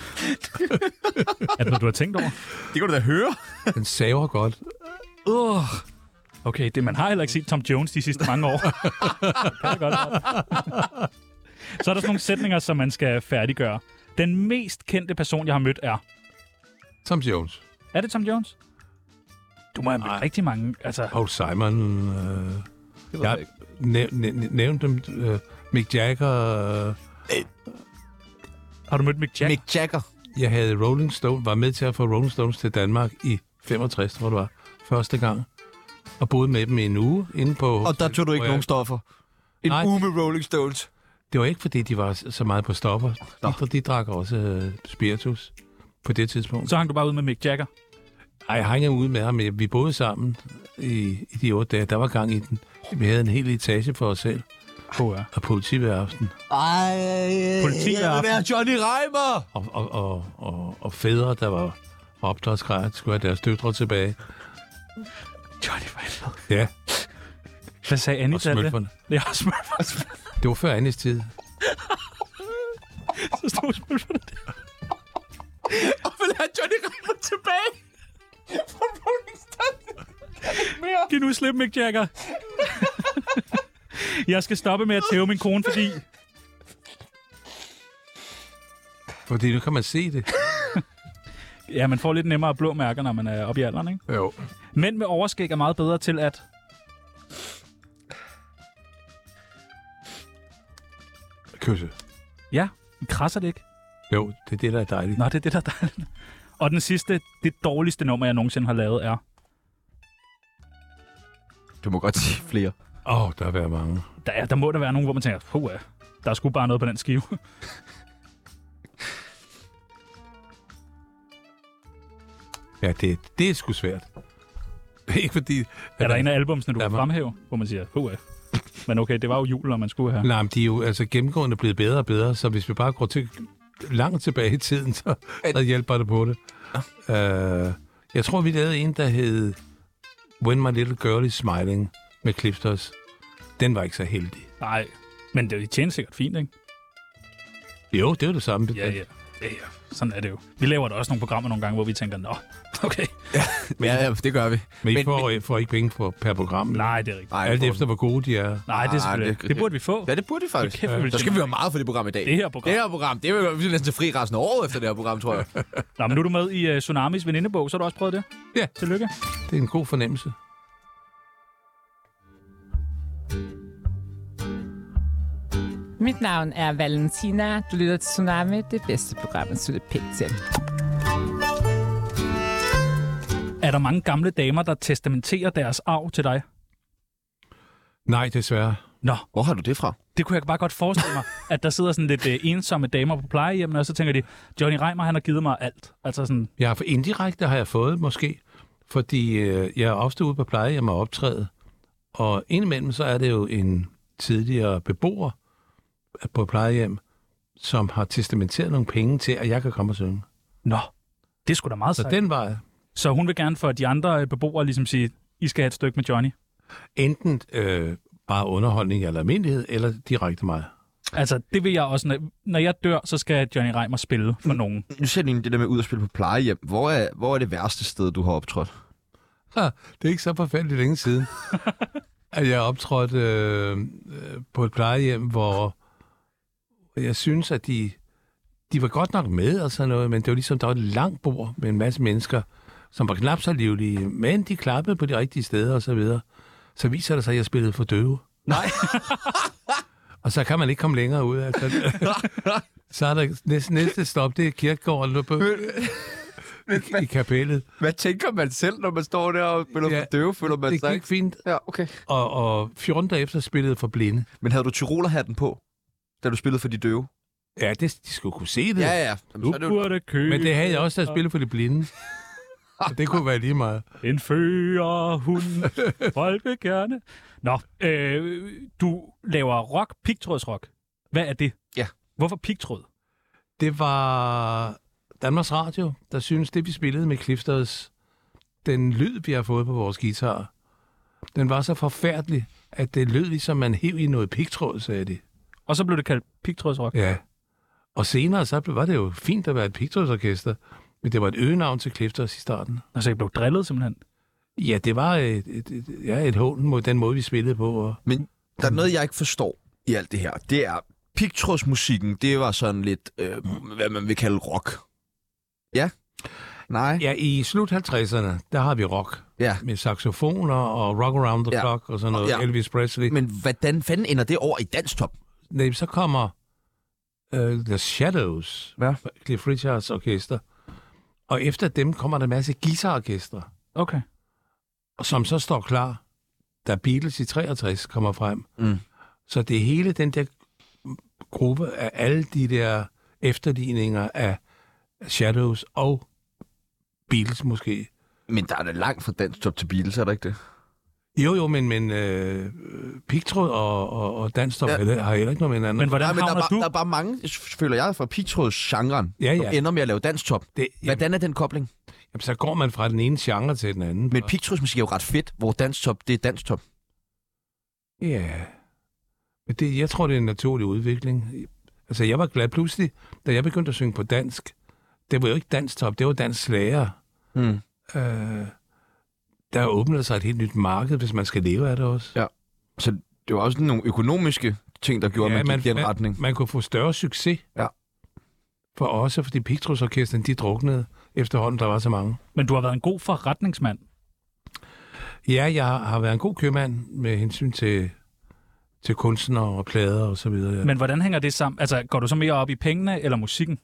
er det noget, du har tænkt over?
Det kan du da høre.
Den saver godt.
Uh. Okay, det, man har heller ikke set Tom Jones de sidste mange år. kan det godt være. Så er der sådan nogle sætninger, som man skal færdiggøre. Den mest kendte person, jeg har mødt, er...
Tom Jones.
Er det Tom Jones? Du må have mødt
Nej.
rigtig mange. Altså,
Paul Simon. Øh,
Det
jeg næv, næv, næv, nævnte dem. Øh, Mick Jagger. Øh,
har du mødt Mick Jagger?
Mick Jagger.
jeg havde Rolling Stone, var med til at få Rolling Stones til Danmark i 65, tror jeg, det var. Første gang. Og boede med dem i en uge inde på...
Og der tog du ikke
hvor jeg-
nogen stoffer. En
Nej.
uge med Rolling Stones.
Det var ikke, fordi de var så meget på stopper.
Nå.
De, de drak også øh, spiritus på det tidspunkt.
Så hang du bare ud med Mick Jagger.
Ej, jeg hang ud med ham. Vi boede sammen i, i de otte dage. Der var gang i den. Vi havde en hel etage for os selv
Oh, ja.
og politi hver aften.
Ej,
Politi hver
det er Johnny Reimer.
Og, og, og, og, og fædre, der var opdragsgræd, skulle have deres døtre tilbage.
Johnny Vandel.
Ja,
Hvad sagde Annie
og
til alt det?
smølferne.
Ja, og smølferne.
Det var før Annes tid.
Så stod smølferne der.
Og vil have Johnny Reimer tilbage. Fra Rolling Stones.
Giv nu slip, Mick Jagger. jeg skal stoppe med at tæve min kone, fordi...
Fordi nu kan man se det.
Ja, man får lidt nemmere blå mærker, når man er oppe i alderen, ikke?
Jo.
Mænd med overskæg er meget bedre til at...
Kysse.
Ja, krasser det ikke.
Jo, det er det, der er dejligt.
Nå, det er det, der er dejligt. Og den sidste, det dårligste nummer, jeg nogensinde har lavet, er...
Du må godt sige flere.
Åh, oh, der har været mange.
Der, er, der må der være nogen, hvor man tænker, puh, ja, der er sgu bare noget på den skive.
Ja, det, det er sgu svært. Ikke fordi...
er der en af albumsene, du
der
kan
var-
fremhæve, hvor man siger, puh, ja. Men okay, det var jo jul, og man skulle have...
Nej, men de er jo altså gennemgående blevet bedre og bedre, så hvis vi bare går til langt tilbage i tiden, så, så hjælper det på det. Uh, jeg tror, vi lavede en, der hed When My Little Girl Is Smiling med Clipsters. Den var ikke så heldig.
Nej, men det tjener sikkert fint, ikke?
Jo, det var det samme.
Ja, ja. Ja, ja. Sådan er det jo. Vi laver da også nogle programmer nogle gange, hvor vi tænker, nå, okay.
Ja, ja, det gør vi.
Men, I
Men-
får, I får ikke penge for, per program.
Nej, det er rigtigt.
Ej,
Alt efter, hvor gode de er.
Nej, det er
Ej,
selvfølgelig
det-
det, det burde vi få.
Ja, det burde de faktisk.
Kæft, vi vil
Der skal
tjene-
vi være meget for det program i dag.
Det her program.
Det her program, det er jo vi er næsten til fri resten af året efter det her program, tror jeg.
Nå, men nu er du med i uh, Tsunamis venindebog, så har du også prøvet det.
Ja.
Tillykke.
Det er en god fornemmelse.
Mit navn er Valentina. Du lytter til Tsunami, det bedste program, at slutte pænt til.
Er der mange gamle damer, der testamenterer deres arv til dig?
Nej, desværre.
Nå,
Hvor har du det fra?
det kunne jeg bare godt forestille mig, at der sidder sådan lidt uh, ensomme damer på plejehjemmene, og så tænker de, Johnny Reimer, han har givet mig alt. Altså sådan,
Jeg har for indirekte har jeg fået måske, fordi øh, jeg er ofte ude på plejehjem og optræde, og indimellem så er det jo en tidligere beboer på plejehjem, som har testamenteret nogle penge til, at jeg kan komme og synge.
nå, det skulle da meget
Så
sejt.
den var
Så hun vil gerne for de andre øh, beboere ligesom sige, I skal have et stykke med Johnny.
enten øh, bare underholdning eller almindelighed, eller direkte mig.
Altså, det vil jeg også. Når- Når jeg dør, så skal Johnny Reimer spille for nogen.
Nu ser du det der med ud at spille på plejehjem. Hvor er, hvor er det værste sted, du har optrådt?
Ha, det er ikke så forfærdeligt længe siden, at jeg optrådte øh, øh, på et plejehjem, hvor jeg synes, at de, de var godt nok med og sådan noget, men det var ligesom, der var et langt bord med en masse mennesker, som var knap så livlige, men de klappede på de rigtige steder og så videre. Så viser det sig, at jeg spillede for døve.
Nej.
Og så kan man ikke komme længere ud. Altså. så er der næste, næste stop, det er kirkegården på, i, i kapellet.
Hvad tænker man selv, når man står der og spiller
Ja,
for døve? Føler man
Det
sig
gik
ikke?
fint,
Ja, okay.
og, og 14 dage efter spillede jeg for blinde.
Men havde du tyrolerhatten på, da du spillede for de døve?
Ja, det, de skulle kunne se det.
Ja, ja. Jamen, så er det jo...
burde købe.
Men det havde jeg også, da jeg spillede for de blinde. det kunne være lige meget.
En førerhund. Folk vil gerne. Nå, øh, du laver rock, pigtrådsrock. Hvad er det?
Ja.
Hvorfor pigtråd?
Det var Danmarks Radio, der synes det vi spillede med Clifters, den lyd, vi har fået på vores guitar, den var så forfærdelig, at det lød ligesom, man hev i noget pigtråd, sagde de.
Og så blev det kaldt pigtrådsrock?
Ja. Og senere så blev- var det jo fint at være et pigtrådsorkester, men det var et øgenavn til Clifters i starten.
Altså, I blev drillet simpelthen?
Ja, det var et, et, et, ja, et hån mod den måde, vi spillede på. Og...
Men der er noget, jeg ikke forstår i alt det her. Det er, pigtrådsmusikken, det var sådan lidt, øh, hvad man vil kalde rock. Ja? Nej?
Ja, i slut 50'erne, der har vi rock.
Ja.
Med saxofoner og rock around the
Ja.
ja. clock og sådan noget.
Ja.
Ja. Elvis Presley.
Men hvordan fanden ender det over i dansk top?
Nej, så kommer uh, The Shadows,
Ja.
Cliff Richards orkester. Og efter dem kommer der en masse guitarorkestre,
Okay.
som så står klar, da Beatles i 63 kommer frem.
Mm.
Så det er hele den der gruppe af alle de der efterligninger af Shadows og Beatles måske.
Men der er da langt fra dansk top til Beatles, er der ikke det?
Jo, jo, men, men øh, Pigtråd og, og, og Danstop
Ja.
ja. har heller ikke noget med hinanden.
Men hvordan
Nej,
Nej,
men der er,
havner
bare,
du?
der er bare mange, føler jeg, fra pigtrådsgenren,
Ja,
som
ja.
ender med at lave dansk top.
Det, jamen,
Hvordan er den kobling?
jamen, så går man fra den ene genre til den anden.
Men pigtrådsmusik er jo ret fedt, hvor dansk top, det er dansk top.
Ja. Men det, jeg tror, det er en naturlig udvikling. Altså, jeg var glad pludselig, da jeg begyndte at synge på dansk. Det var jo ikke dansk top, det var dansk slager.
Mm.
Øh, der åbnede sig et helt nyt marked, hvis man skal leve af det også.
Så det var også nogle økonomiske ting, der gjorde, ja, at man gik i den
man,
retning.
man kunne få større succes.
Ja.
For også, fordi Pigtrusorkesteren, de druknede efterhånden, der var så mange.
Men du har været en god forretningsmand.
Ja, jeg har- har været en god købmand med hensyn til, til kunstnere og plader og så videre.
Ja. Men hvordan hænger det sammen? Altså, går du så mere op i pengene eller musikken?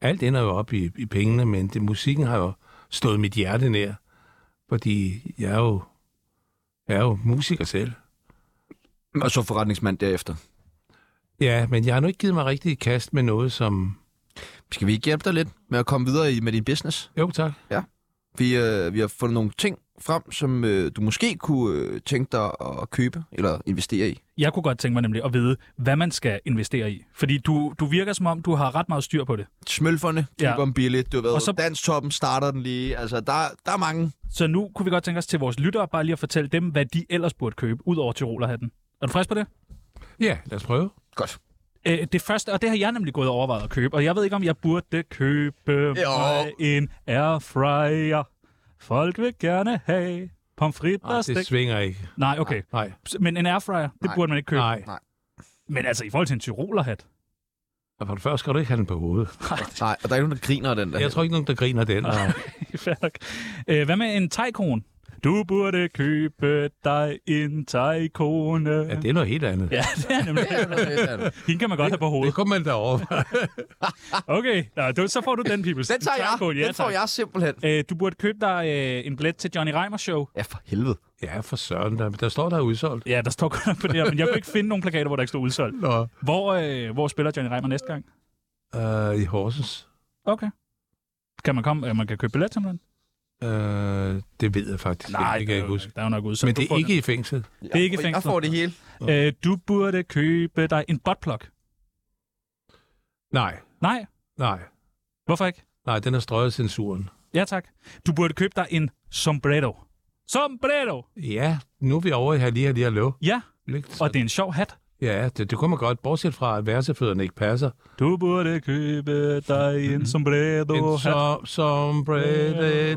alt ender jo op i, i pengene, men det, musikken har jo stået mit hjerte nær, fordi jeg er jo, jeg er jo musiker selv.
Og så forretningsmand derefter.
Ja, men jeg har nu ikke givet mig rigtig i kast med noget som...
Skal vi ikke hjælpe dig lidt med at komme videre i, med din business?
Jo, tak.
Vi, øh, vi har fundet nogle ting frem, som øh, du måske kunne øh, tænke dig at købe eller investere i.
Jeg kunne godt tænke mig nemlig at vide, hvad man skal investere i. Fordi du, du virker som om, du har ret meget styr på det.
Smølferne,
Ja.
køber ja. billigt, du ved, og
Og
så...
så-
danstoppen starter den lige. Altså, der, der er mange.
Så nu kunne vi godt tænke os til vores lyttere bare lige at fortælle dem, hvad de ellers burde købe, ud over Tirolerhatten. Er du frisk på det?
Ja, lad os prøve.
Godt.
Øh, det første, og det har jeg nemlig gået og overvejet at købe, og jeg ved ikke, om jeg burde købe mig en airfryer. Folk vil gerne have pomfrit
Nej,
og
det
stik.
svinger ikke.
Nej, okay.
Nej,
Men en airfryer, det
Nej.
burde man ikke købe.
nej.
Men altså, i forhold til en Tirolerhat.
Og for det første skal du ikke have den på hovedet.
Nej, og der er ikke nogen, der griner af den der.
Jeg tror ikke, nogen der griner af den. Nej.
Fair nok. Øh, hvad med en tegkron? Du burde købe dig en tegkone.
Ja, det er noget helt andet.
ja, det er nemlig. Hende kan man godt have på
Det
hovedet.
kunne man da overveje.
Okay, Nå, du, så får du den, Pibels.
den tager jeg.
Tegkone, ja,
den får
tak.
jeg simpelthen.
Øh, du burde købe dig øh, en billet til Johnny Reimers show.
Ja, for helvede.
Ja, for søren. Der, der står der er udsolgt.
Ja, der står godt nok på det her, men jeg kunne ikke finde nogen plakater, hvor der ikke stod udsolgt.
Nå.
Hvor, øh, hvor spiller Johnny Reimer næste gang?
Øh, I Horsens.
Okay. Kan man komme? Øh, man kan købe billet til den?
Øh, det ved jeg faktisk ikke. Det kan jeg ikke huske.
Der er jo nok udsolgt.
Men
Du
det
får
er ikke i fængsel.
den. det er ikke
Jeg får- Jeg
fængslet.
får det hele.
Øh, du burde købe dig en buttplug.
Nej,
Nej,
nej.
hvorfor ikke?
Nej, den er strøget censuren.
Ja, tak. Du burde købe dig en sombrero. Sombrero!
Ja, nu er vi over i her lige her lige lov.
Ja, og det er en sjov hat.
Ja, det, det kunne man godt, bortset fra, at værsefødderne ikke passer.
Du burde købe dig Mhm. en sombrero
En
hat.
som, som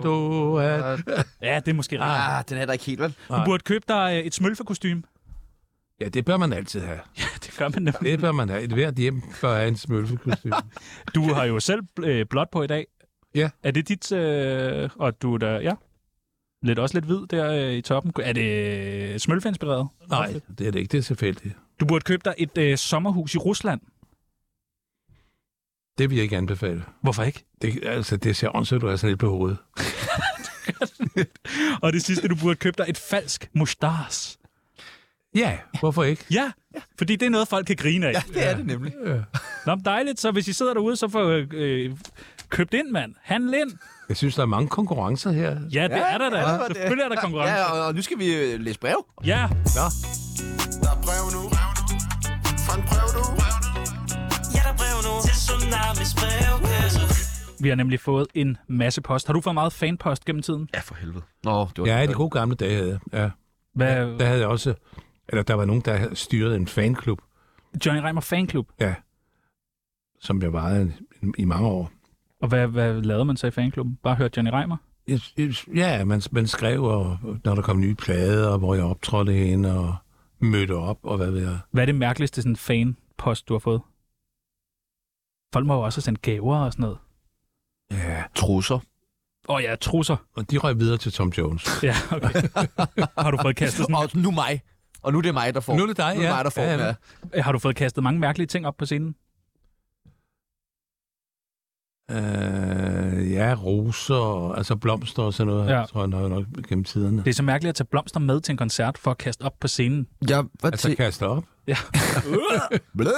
du
Ah.
hat.
Ja, det er måske rigtigt.
Ah, den er der ikke helt, vel?
Du burde købe dig øh, et smølfekostyme.
Ja, det bør man altid have.
Ja, det gør man nemlig.
Det bør man have. Et hvert hjem bør have en smølfekostyme.
Du har jo selv øh, blåt på i dag.
Ja.
Er det dit, øh, og du er da, ja, lidt, også lidt hvid der øh, i toppen. Er det øh, smølfeinspireret?
Nej, det er det ikke. Det er tilfældigt.
Du burde købe dig et øh, sommerhus i Rusland.
Det vil jeg ikke anbefale.
Hvorfor ikke?
Det, altså, det ser åndssigt, du er sådan lidt på hovedet.
Og det sidste, du burde købe dig et falsk mustas.
Ja, hvorfor ikke? Øh,
Ja, fordi det er noget, folk kan grine af. Ja.
Det er det nemlig.
Ja.
Nå, men dejligt. Så hvis I sidder derude, så får øh, øh, købt ind, mand. Handl ind.
Jeg synes, der er mange konkurrencer her.
Ja, det er der da.
ja, det-
Selvfølgelig er der konkurrence.
Ja,
og, og nu skal vi øh, læse brev.
Ja.
Ja.
Der er brev nu. Fra en brev nu. Ja, der er brev nu. Til Tsunamis brevkasse.
Vi har nemlig fået en masse post. Har du fået meget fanpost gennem tiden?
Ja, for helvede. Nå, det var
Ja, i de gode gamle dage havde jeg. Ja.
Hvad-
Der havde jeg også... Eller der var nogen, der havde styret en fanklub.
Johnny Reimer Fanklub.
Ja. Som jeg varede i- i mange år.
Og hvad, hvad lavede man så i fanklubben? Bare hørt Johnny Reimer?
Jeg, jeg, ja, man, man skrev, og, når der kom nye plader, og hvor jeg optrådte hen og mødte op, og hvad ved jeg.
Hvad er det mærkeligste sådan fanpost, du har fået? Folk må jo også have sendt gaver og sådan noget.
Ja,
Trusser.
Åh oh, ja, trusser.
Og de røg videre til Tom Jones.
Ja, okay. har du fået kastet sådan...
Og nu mig. Og nu er det mig, der får.
Altså, Nu er det dig,
nu er det
ja.
mig, der får.
Ja,
Ja,
ja.
ja.
Har du fået kastet mange mærkelige ting op på scenen?
Øh, ja, roser, og, altså blomster og sådan noget,
Ja.
ja. tror jeg nok, nok gennem tiderne.
Det er så mærkeligt at tage blomster med til en koncert for at kaste op på scenen.
Jeg var
Altså
til,
kaste op.
Ja.
Blablabla.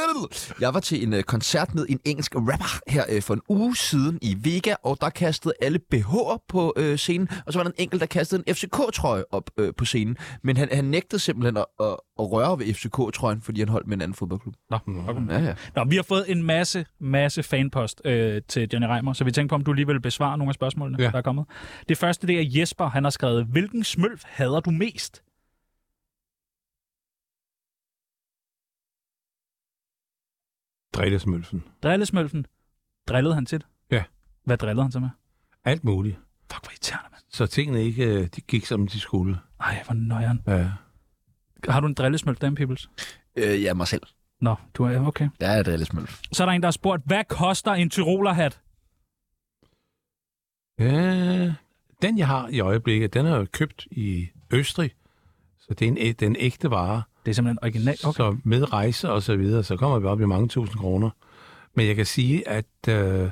jeg var til en øh, koncert med en engelsk rapper her øh, for en uge siden i Vega, og der kastede alle BH'er på øh, scenen, og så var der en enkelt, der kastede en FCK-trøje op øh, på scenen. Men han, han nægtede simpelthen at, at, at røre ved FCK-trøjen, fordi han holdt med en anden fodboldklub.
Nå,
Mm.
okay.
Ja, ja.
Nå, vi har fået en masse, masse fanpost øh, til Johnny Reimer, så vi tænker på, om du lige vil besvare nogle af spørgsmålene, ja.
Ja.
der er kommet. Det første, det er Jesper, han har skrevet, hvilken smølf hader du mest?
Drættesmølfen.
Drillesmølfen. Drillede han tit?
Ja.
Hvad drillede han så med?
Alt muligt.
Fuck, hvor irriterende, mand.
Så tingene ikke øh, de gik, som de skulle.
Ej, hvor nøjeren.
Ja.
Har du en drillesmølf, Dan Peoples?
Øh, ja, mig selv.
Nå, du er okay.
Der er det lidt smølf.
Så er der en, der har spurgt, hvad koster en tyrolerhat?
ja. Den, jeg har i øjeblikket, den er jo købt i Østrig. Så det er en, æ- den ægte vare.
Det er simpelthen original.
Okay. Så med rejse og så videre, så kommer vi op i mange tusind kroner. Men jeg kan sige, at øh,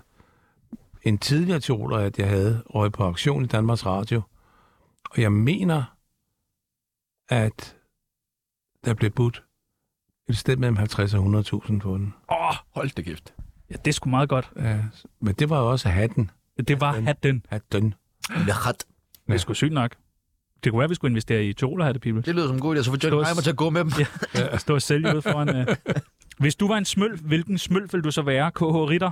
en tidligere teoler, at jeg havde, røg på auktion i Danmarks Radio. Og jeg mener, at der blev budt et sted mellem 50 og 100.000 på den.
Åh,
Hold det gift.
ja, det er sgu meget godt.
Ja, men det var jo også hatten.
Det var hatten.
Hatten.
Ret.
Det er sgu sygt nok. Det kunne være, at vi skulle investere i tyrolerhatte, Peoples.
Det lyder som en god idé, så får Johnny
Stås.
Reimer til at gå med dem. Ja.
at stå og sælge ud foran... Øh. Hvis du var en smølf, hvilken smølf ville du så være, KH Ritter?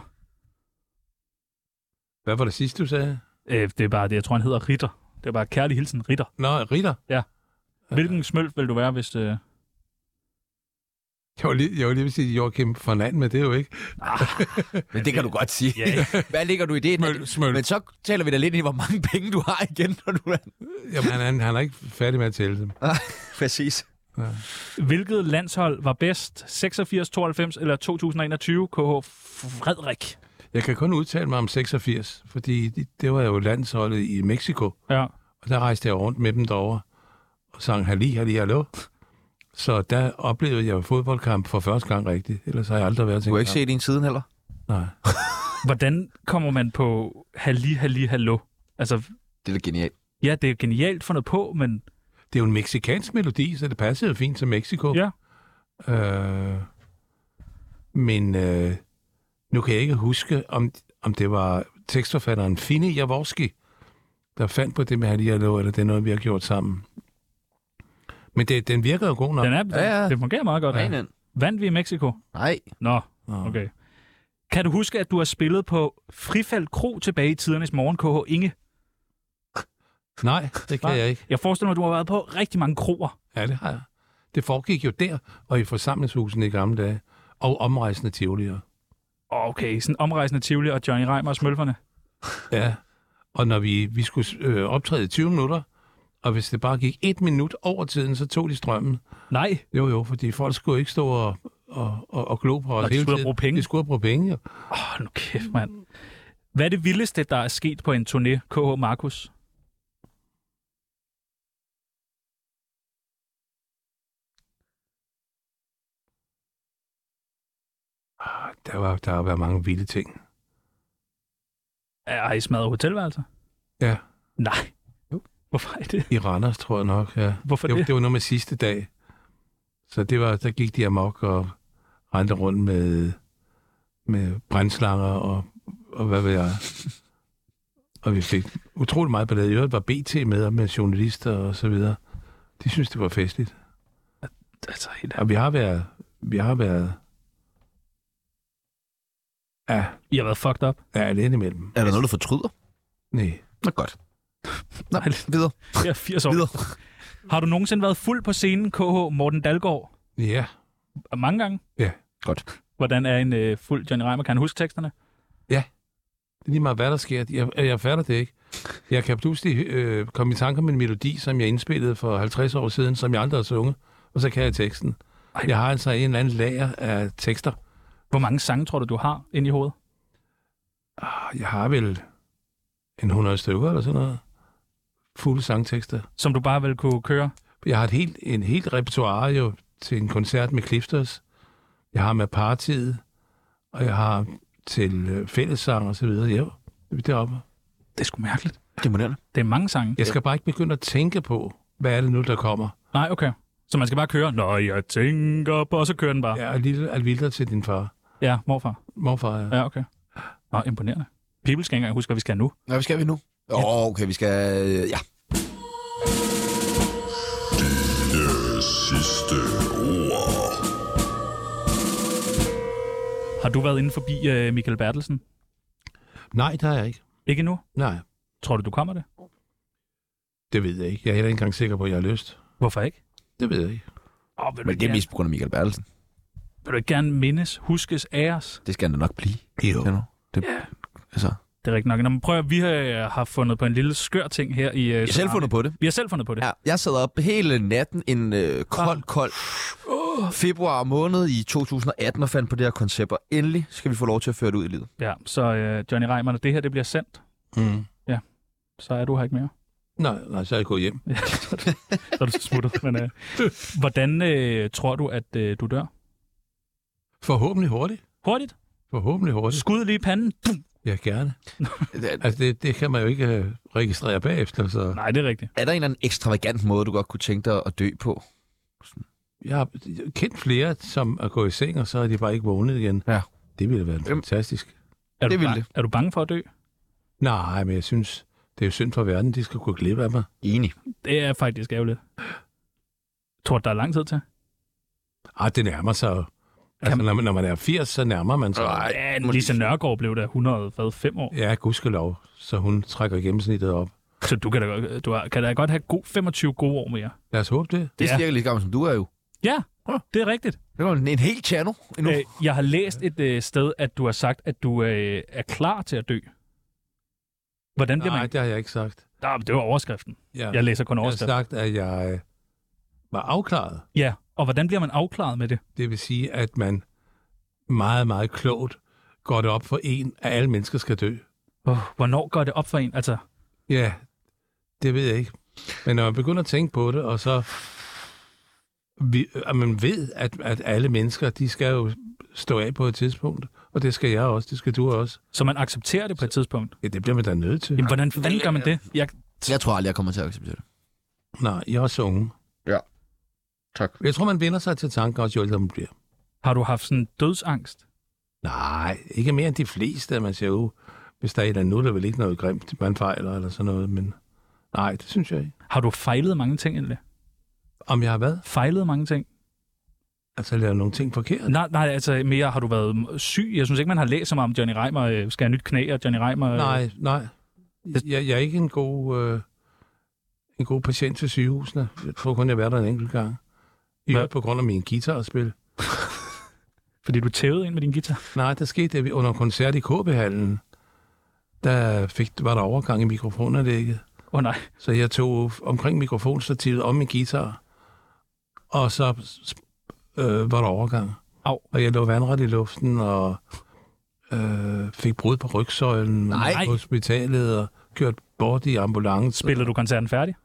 Hvad var det sidste, du sagde?
Øh, det er bare det, jeg tror, han hedder Ritter. Det er bare kærlig hilsen, Ritter.
Nå, Ritter.
Hvilken smølf ville du være, hvis... Øh...
Jeg var lige, jeg var lige ved at sige Joachim von Land, men det er jo ikke.
Men det kan du godt sige.
Ja, ja.
Hvad ligger du i det?
Smølf, smølf.
Men så taler vi da lidt ind i, hvor mange penge du har igen, når du er...
Jamen, han, han, han er ikke færdig med at tælle dem.
Præcis.
Hvilket landshold var bedst? 86, 92 eller 2021? KH Frederik.
Jeg kan kun udtale mig om 86, fordi det, det var jo landsholdet i Mexico,
Ja.
og der rejste jeg rundt med dem derovre og sang Halli, Halli, Hallo. Så der oplevede jeg jo fodboldkamp for første gang rigtigt, ellers har jeg aldrig været til
Du har
en
ikke
kamp.
set en siden heller?
Nej.
Hvordan kommer man på Halli, Halli, Hallo? Altså,
Det er da genialt.
ja, det er genialt fundet på, men
Det er jo en meksikansk melodi, så det passede jo fint til Mexico.
ja.
Øh, men øh, nu kan jeg ikke huske, om, om det var tekstforfatteren Fini Jaworski, der fandt på det med Halli Hallo, eller det er noget, vi har gjort sammen. Men det, den virker jo god nok.
Den er, den,
Ja, ja.
det fungerer meget godt.
Ja.
Vandt vi i Mexico?
Nej.
Nå,
Nå.
okay. Kan du huske, at du har spillet på Frifald Kro tilbage i tidernes morgen, KH Inge?
Nej, det kan
Nej.
jeg ikke.
Jeg forestiller mig, at du har været på rigtig mange kroer.
Ja, det har jeg. Det foregik jo der, og i forsamlingshusene i gamle dage, og omrejsende tivolier.
Åh, Okay, sådan omrejsende Tivoli og Johnny Reimer og Smølferne.
Ja, og når vi, vi skulle øh, optræde i 20 minutter, og hvis det bare gik et minut over tiden, så tog de strømmen.
Nej,
Jo, jo, fordi folk skulle ikke stå og, og, og, og glo på os
de skulle have brugt penge.
De skulle have brugt penge, jo.
åh, nu kæft, mand. Hvad er det vildeste, der er sket på en turné, KH Markus?
Der, var, der har været mange vilde ting.
Er I smadret hotelværelser?
Ja,
Nej. Hvorfor er det?
i Randers, tror jeg nok, ja.
Hvorfor
det,
det?
det var noget med sidste dag. Så det var, der gik de amok og rendte rundt med, med brændslanger og, og hvad ved jeg. Og vi fik utrolig meget ballade. I øvrigt var BT med, og med journalister og så videre. De synes, det var festligt. Altså, og vi har været... Vi har været... Ja.
I har været fucked up?
Ja, det er indimellem.
Er der noget, du fortryder?
Nej.
Nå godt. Nå, videre.
Jeg er 80 år. Har du nogensinde været fuld på scenen, KH Morten Dalgaard?
Ja.
Og mange gange?
Ja.
Godt.
Hvordan er en øh, fuld Johnny Reimer? Kan han huske teksterne?
Ja. Det er lige meget, hvad der sker. Jeg, jeg fatter det ikke. Jeg kan pludselig øh, komme i tanke om en melodi, som jeg indspillede for 50 år siden, som jeg aldrig har sunget, og så kan jeg teksten. Jeg har altså en eller anden lager af tekster.
Hvor mange sange tror du, du har inde i hovedet?
Ah, Jeg har vel en 100 stykker eller sådan noget. Fulde sangtekster.
Som du bare vil kunne køre?
Jeg har et helt, en helt repertoire jo til en koncert med Clifters. Jeg har med partiet, og jeg har til øh, fællessang og så videre. Ja, det er deroppe.
Det er sgu mærkeligt.
Det er moderne.
Det er mange sange.
Jeg skal bare ikke begynde at tænke på, hvad er det nu, der kommer.
Nej, okay. Så man skal bare køre? Nå, jeg tænker på, og så kører den bare.
Jeg er lille alvilder til din far.
ja morfar.
Morfar, ja.
Ja, okay. Nå, imponerende. People skal ikke engang huske, hvad vi skal nu.
Nå, hvad skal vi nu? Åh, oh, okay, vi skal... øh, Ja.
Det sidste ord.
Har du været inde forbi øh, Michael Bertelsen?
Nej, det har jeg ikke.
Ikke nu?
Nej,
Tror du, du kommer det?
det ved jeg ikke. Jeg er heller ikke engang sikker på, at jeg har lyst.
Hvorfor ikke?
Det ved jeg ikke.
Oh, vil,
Men
du
det
ikke
er
gerne,
mest på grund af Michael Bertelsen.
vil du ikke gerne mindes, huskes, æres?
Det skal han da nok blive.
Jo.
kender du? Det, altså,
Det er rigtigt nok. Nå, men prøv at, vi har, har fundet på en lille skør ting her i... Øh,
jeg har selv fundet på det.
Vi har selv fundet på det.
Ja, jeg sad op hele natten en øh, kold, kold februar måned i 2018 og fandt på det her koncept, og endelig skal vi få lov til at føre det ud i livet.
Ja, så øh, Johnny Reimer, når det her det bliver sendt,
Mm.
så er du her ikke mere.
Nej, nej, så er jeg gået hjem.
Så er du smuttet. men, øh, hvordan øh, tror du, at øh, du dør?
Forhåbentlig hurtigt.
Hurtigt.
Forhåbentlig hurtigt.
Skud lige i panden. Pum.
Ja, gerne.
Er-
Altså, det, det kan man jo ikke øh, registrere bagefter, så...
Nej, det er rigtigt.
Er der en eller anden ekstravagant måde, du godt kunne tænke dig at dø på?
Jeg har kendt flere, som er gået i seng, og så er de bare ikke vågnet igen.
Ja.
Det ville være fantastisk.
Er
Det
du
ville
bange,
det.
Er du bange for at dø?
Nej, men jeg synes, det er jo synd for verden, de skal kunne glip af mig.
Enig.
Det er faktisk ærgerligt. Tror du, der er lang tid til?
Ah, det nærmer sig jo. Altså, når, man- når man er 80, så nærmer man sig.
Ej,
Ja, Lise Nørgaard blev der 105 år.
Ja, gudskelov. Så hun trækker gennemsnittet op.
Så du kan da, godt- du har- kan da godt have god 25 gode år mere.
Lad os håbe det.
Det er
Ja.
cirka lige så gammel, som du er jo.
Ja, det er rigtigt.
Det var en, en hel channel endnu.
Øh, jeg har læst et øh, sted, at du har sagt, at du øh, er klar til at dø. Hvordan bliver
Nej,
man...
det har jeg ikke sagt.
Nej, det var overskriften.
Ja.
Jeg læser kun
jeg har
overskriften.
sagt, at jeg øh, var afklaret.
Ja, og hvordan bliver man afklaret med det?
Det vil sige, at man meget, meget klogt går det op for en, at alle mennesker skal dø.
Oh, hvornår går det op for en? Altså,
Ja, det ved jeg ikke. Men når man begynder at tænke på det, og så vi, at man ved, at, at alle mennesker, de skal jo stå af på et tidspunkt, og det skal jeg også, det skal du også.
så man accepterer det på et tidspunkt.
Ja, det bliver man da nødt til.
Jamen, hvordan fanden gør man det? Jeg,
Jeg tror aldrig, jeg kommer til at acceptere det.
Nej, jeg er også unge.
Ja. Tak.
Jeg tror, man vinder sig til tanken også, jo ældre man bliver.
har du haft sådan dødsangst?
Nej, ikke mere end de fleste, at man siger, jo, hvis der er et eller andet, nu er der vel ikke noget grimt, man fejler eller sådan noget, men nej, det synes jeg ikke.
Har du fejlet mange ting egentlig?
Om jeg har været,
Fejlet mange ting?
altså lavet nogle ting forkert.
Nej, nej, altså mere har du været syg. Jeg synes ikke, man har læst så meget om Johnny Reimer. øh, Skal jeg nyt knæ og Johnny Reimer? øh,
Nej, nej. Jeg, jeg er ikke en god, øh, en god patient til sygehusene. Jeg tror kun, jeg har været der en enkelt gang. I
Hvad?
øvrigt på grund af min guitarspil.
Fordi du tævede ind med din guitar.
Nej, der skete det vi- under en koncert i KB-hallen. Der fik, var der overgang i mikrofonanlægget.
Åh oh, nej.
Så jeg tog omkring mikrofonstativet om min guitar. Og så øh, var der overgang.
Au.
Og jeg lå vandret i luften og øh, fik brud på rygsøjlen. og
Nej.
på hospitalet og kørt bort i ambulance.
Spillede du koncerten færdig?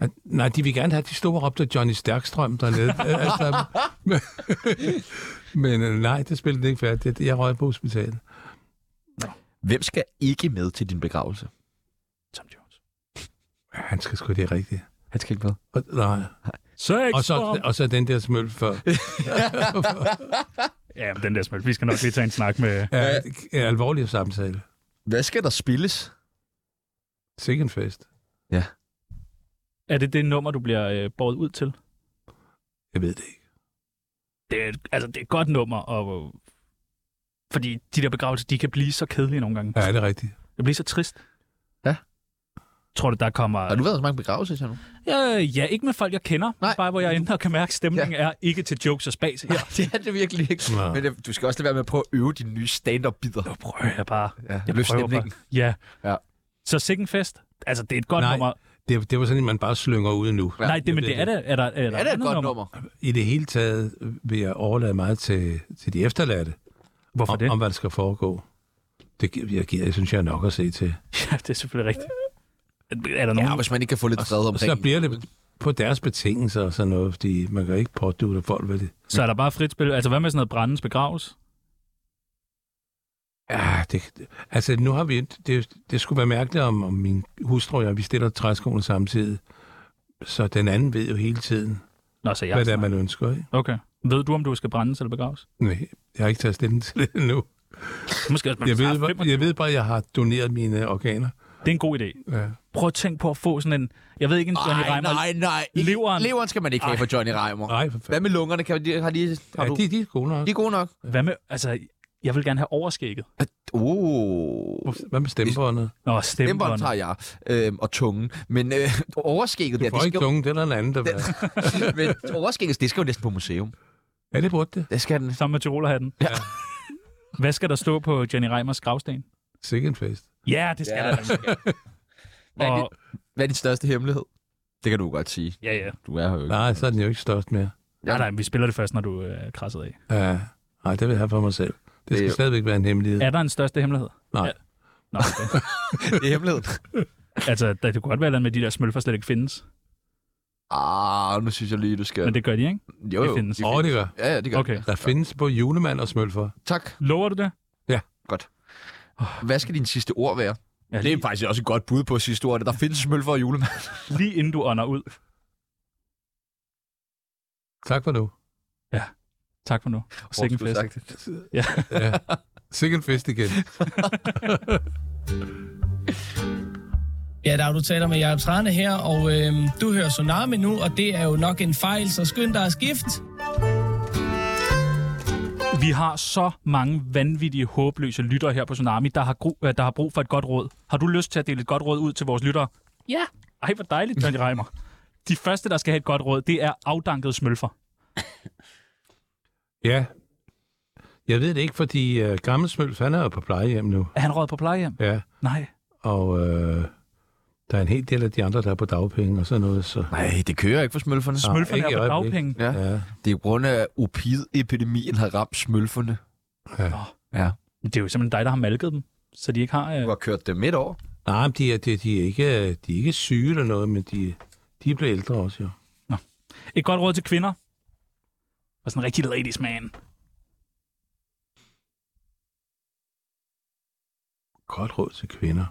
Nej, Nej, de vil gerne have, at de stod og råbte Johnny Stærkstrøm dernede. Øh, altså, men- men øh, nej, det spillede den ikke færdigt. Jeg røg på hospitalet.
Hvem skal ikke med til din begravelse?
Tom Jones.
Han skal sgu det rigtigt.
Han skal ikke med.
Og, nej.
Sex
Og, så, og så den der smøl før.
Ja, men den der smøl. Vi skal nok lige tage en snak med...
Ja, ja, alvorlig samtale.
Hvad skal der spilles?
Sikken fest.
Er det det nummer, du bliver øh, båret ud til?
Jeg ved det ikke.
Det er, altså, det er et godt nummer, og, fordi de der begravelser, de kan blive så kedelige nogle gange.
Ja, det er rigtigt.
Det bliver så trist.
Ja.
Tror du, der kommer...
Har du været så mange begravelser til nu?
Ja, ja, ikke med folk, jeg kender. Nej. Bare hvor jeg er inde og kan mærke, at stemningen ja. er ikke til jokes og spas her.
det er det virkelig ikke.
Nå.
Men øh, du skal også lade være med at prøve at øve dine nye stand-up-bider.
Nu prøver jeg bare.
Ja,
Jeg
løft
prøver
stemningen.
bare. Ja.
Ja.
Så Sikken Fest, altså det er et godt
Nej.
nummer.
Det, det var sådan, at man bare slynger ud nu.
Ja,
Nej, det, men
det
det
er
er det. Er der, er der
Ja, det er et
andet
godt nummer.
I det hele taget vil jeg overlade meget til, til de efterladte,
Hvorfor
om,
det?
om hvad der skal foregå. Det gi- jeg, giver, jeg synes, jeg er nok at se til.
Ja, det er selvfølgelig rigtigt. Er der nogen?
Ja, hvis man ikke kan få lidt fred
Og
omkring.
så bliver det på deres betingelser og sådan noget, fordi man kan ikke pådute folk, hvad det...
Så er der bare frit spil. Altså, hvad med sådan noget brændens begraves?
Ja, det, altså nu har vi... Det, det skulle være mærkeligt, om, om min hustru og jeg, vi stiller træskoene samtidig. Så den anden ved jo hele tiden,
Nå, så jeg.
ja, hvad det er, man ønsker. Ikke?
Okay. Ved du, om du skal brændes eller begraves?
Nej, jeg har ikke taget stilling til det endnu.
Måske også, man
Jeg
tager
ved, bare-
25.
jeg ved bare, at jeg har doneret mine organer.
Det er en god idé.
Ja.
Prøv at tænke på at få sådan en... Jeg ved ikke, en Johnny
Nej,
Reimer...
nej, nej. Ikke-
Leveren.
Leveren skal man ikke have for Johnny Reimer.
Nej, for
Hvad
fanden.
med lungerne? Kan, de- har de, har
Ja,
du,
de, de er gode nok.
de er gode nok.
Hvad med... Altså, jeg vil gerne have overskægget.
Oh.
Hvad med stemmebåndet?
Nå,
Stembånd
stemmebånd.
tager jeg, øhm, og tungen. Men øh, overskægget,
Du
der,
får
det
ikke
skal, jo-
tungen, det er der en anden, der vil.
men overskægget, det skal jo næsten på museum.
Ja, det burde det.
Det skal den.
Sammen med Tirolerhatten. Ja. Hvad skal der stå på Johnny Reimers gravsten?
Sikke en fest.
Ja, det skal ja. der.
Hvad er,
Og,
din, hvad er din største hemmelighed? Det kan du godt sige.
ja, ja.
Du er her jo ikke.
Nej, så er den jo ikke størst mere.
Nej, nej, vi spiller det først, når du øh, er krasset af.
Ja, nej, det vil jeg have for mig selv. Det skal
jo-
stadigvæk være en hemmelighed.
Er der en største hemmelighed?
Nej.
Ja. Nå, okay.
Det er hemmeligheden.
altså, der, det kunne godt være, at med de der smølfer slet ikke findes.
Ah, nu synes jeg lige, du skal...
Men det gør de, ikke?
jo, jo,
det findes.
de
Åh, det gør.
Ja, ja, det gør
Okay.
Der findes både julemand og smølfer.
Tak.
Lover du det?
Hvad skal dine sidste ord være?
Ja,
Det
lige,
er faktisk også et godt bud på sidste ord. at Der findes smølfer og julemand.
lige inden du ånder ud.
Tak for nu.
Tak for nu. Sikke en fest. Ja.
Ja. Sikke en fest igen.
Ja, der du taler med Jacob Trane her, og øh, du hører Tsunami nu, og det er jo nok en fejl, så skynd dig at skifte.
Vi har så mange vanvittige, håbløse lyttere her på Tsunami, der har, gru- øh, der har brug for et godt råd. Har du lyst til at dele et godt råd ud til vores lyttere? Ja. Ej, hvor dejligt, Johnny Reimer. De første, der skal have et godt råd, det er afdankede smølfer.
Ja. Jeg ved det ikke, fordi uh, gammel smølf, han er jo på plejehjem nu.
Er han råd på plejehjem?
Ja,
Nej.
og uh, der er en hel del af de andre, der er på dagpenge og sådan noget. Så.
Nej, det kører ikke for smølferne.
Nej,
Smølferne
ikke i
er på
øjeblikket.
dagpenge.
Ja.
Ja.
Det er på grund af, at opid-epidemien har ramt smølferne.
Det er jo simpelthen dig, der har malket dem, så de ikke har... Øh...
Du har kørt dem midt over.
Nej, men de er, de, de, er ikke, de er ikke syge eller noget, men de, de er blevet ældre også, jo.
Et godt råd til kvinder. Og sådan en rigtig ladies man.
Godt råd til kvinder.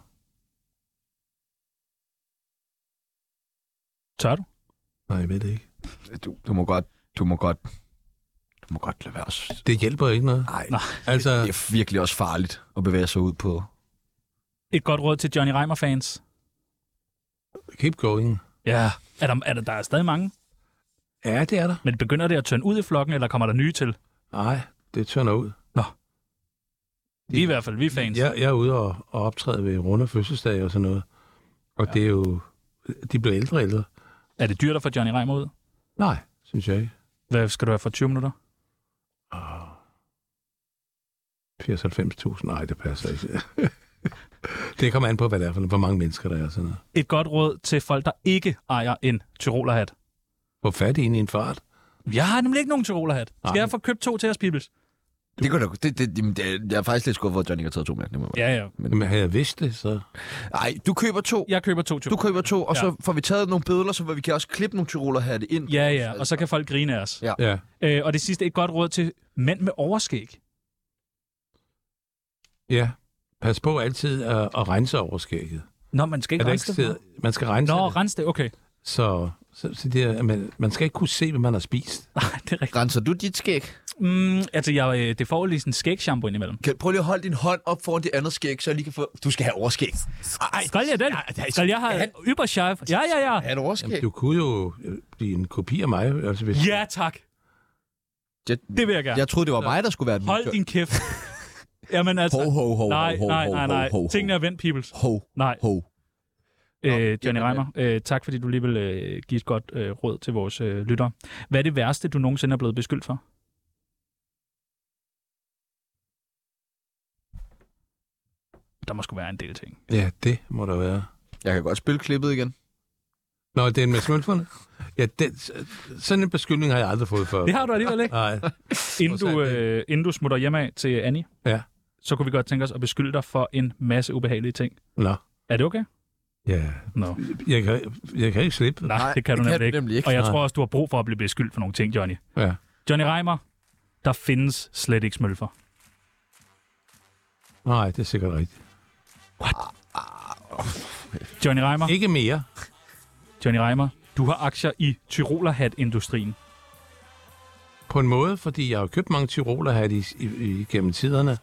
Tør du?
Nej, jeg ved det ikke.
Du, du må godt... Du må godt... Du må godt lade være. s-
Det hjælper ikke noget.
Nej,
Nej.
Altså,
det er virkelig også farligt at bevæge sig ud på...
Et godt råd til Johnny Reimer-fans.
keep going.
Ja. Er der, er der, der er stadig mange,
Ja, det er der.
men begynder det at tørne ud i flokken, eller kommer der nye til?
Nej, det tørner ud.
Vi er i hvert fald, vi er fans.
Jeg, jeg er ude og, og optræde ved runde fødselsdage og sådan noget. Og ja. det er jo... De bliver ældre og ældre.
Er det dyrt at få Johnny Reimer ud?
Nej, synes jeg ikke.
Hvad skal du have for 20 minutter?
80-90.000, nej, det passer ikke. det kommer an på, hvad det er for hvor mange mennesker der er og sådan noget.
Et godt råd til folk, der ikke ejer en Tyrolerhat.
Hvor fat i en i en fart?
Jeg har nemlig ikke nogen Tyrolerhat. Skal
Nej.
jeg få købt to til os, Bibels?
Det går da... Det, det, det, det, jeg er faktisk lidt skuffet, at Johnny ikke har taget to med. det må jeg
Ja, ja.
Jamen, havde jeg vidst det, så...
Nej, du køber to.
Jeg køber to
Du
Tyroler.
køber to, og
Ja.
så får vi taget nogle billeder, så vi kan også klippe nogle tyroler her det ind.
Ja, ja, og så kan folk grine af os.
Ja.
Ja.
Øh, og det sidste, et godt råd til mænd med overskæg.
Ja. Pas på altid at, at rense over skægget.
Nå, man skal
Er
ikke
det
rense
ikke
det. for
stedet? Man skal rense
meget. Nå,
det.
rense det, okay.
Så, så, så det er, man, man skal ikke kunne se, hvad man har spist.
Nej, det er rigtigt.
Renser du dit skæg?
Mm, altså, jeg, øh, det får lige sådan en skægshampoo indimellem.
Kan, prøv lige at holde din hånd op foran det andet skæg, så jeg lige kan få... Du skal have overskæg. Ej,
Skal jeg den? Skal jeg have yberchef? Ja, ja, ja.
Er du overskæg?
Du kunne jo øh, blive en kopi af mig. Altså, hvis...
Ja, tak.
Jeg,
det vil jeg gerne.
Jeg troede, det var mig, der skulle være den.
Hold din kæft. Jamen altså...
Ho, ho, ho,
nej,
ho, ho,
nej, nej,
ho,
nej.
ho, ho.
Tingene er vendt, peoples.
Ho,
nej.
ho.
Øh, Johnny Reimer, øh, tak fordi du lige vil øh, give et godt øh, råd til vores øh, lyttere. Hvad er det værste, du nogensinde er blevet beskyldt for? Der må sgu være en del ting.
Ja, det må der være.
Jeg kan godt spille klippet igen.
Nå, det er en med smølferne? Ja, den, sådan en beskyldning har jeg aldrig fået før.
Det har du alligevel ikke.
Nej.
Inden du, øh, inden du smutter hjemme til Annie,
Ja.
så kunne vi godt tænke os at beskylde dig for en masse ubehagelige ting.
Nå.
Er det okay?
Ja.
Nå.
Jeg kan, jeg kan ikke slippe.
Nej, det kan du nemlig, ikke. nemlig ikke. Og jeg tror også, du har brug for at blive beskyldt for nogle ting, Johnny.
Ja.
Johnny Reimer, der findes slet ikke smølfer.
Nej, det er sikkert rigtigt.
Johnny Reimer.
Ikke mere.
Johnny Reimer, du har aktier i Tyrolerhat-industrien.
På en måde, fordi jeg har jo købt mange tyrolerhatte i, i, i, gennem tiderne.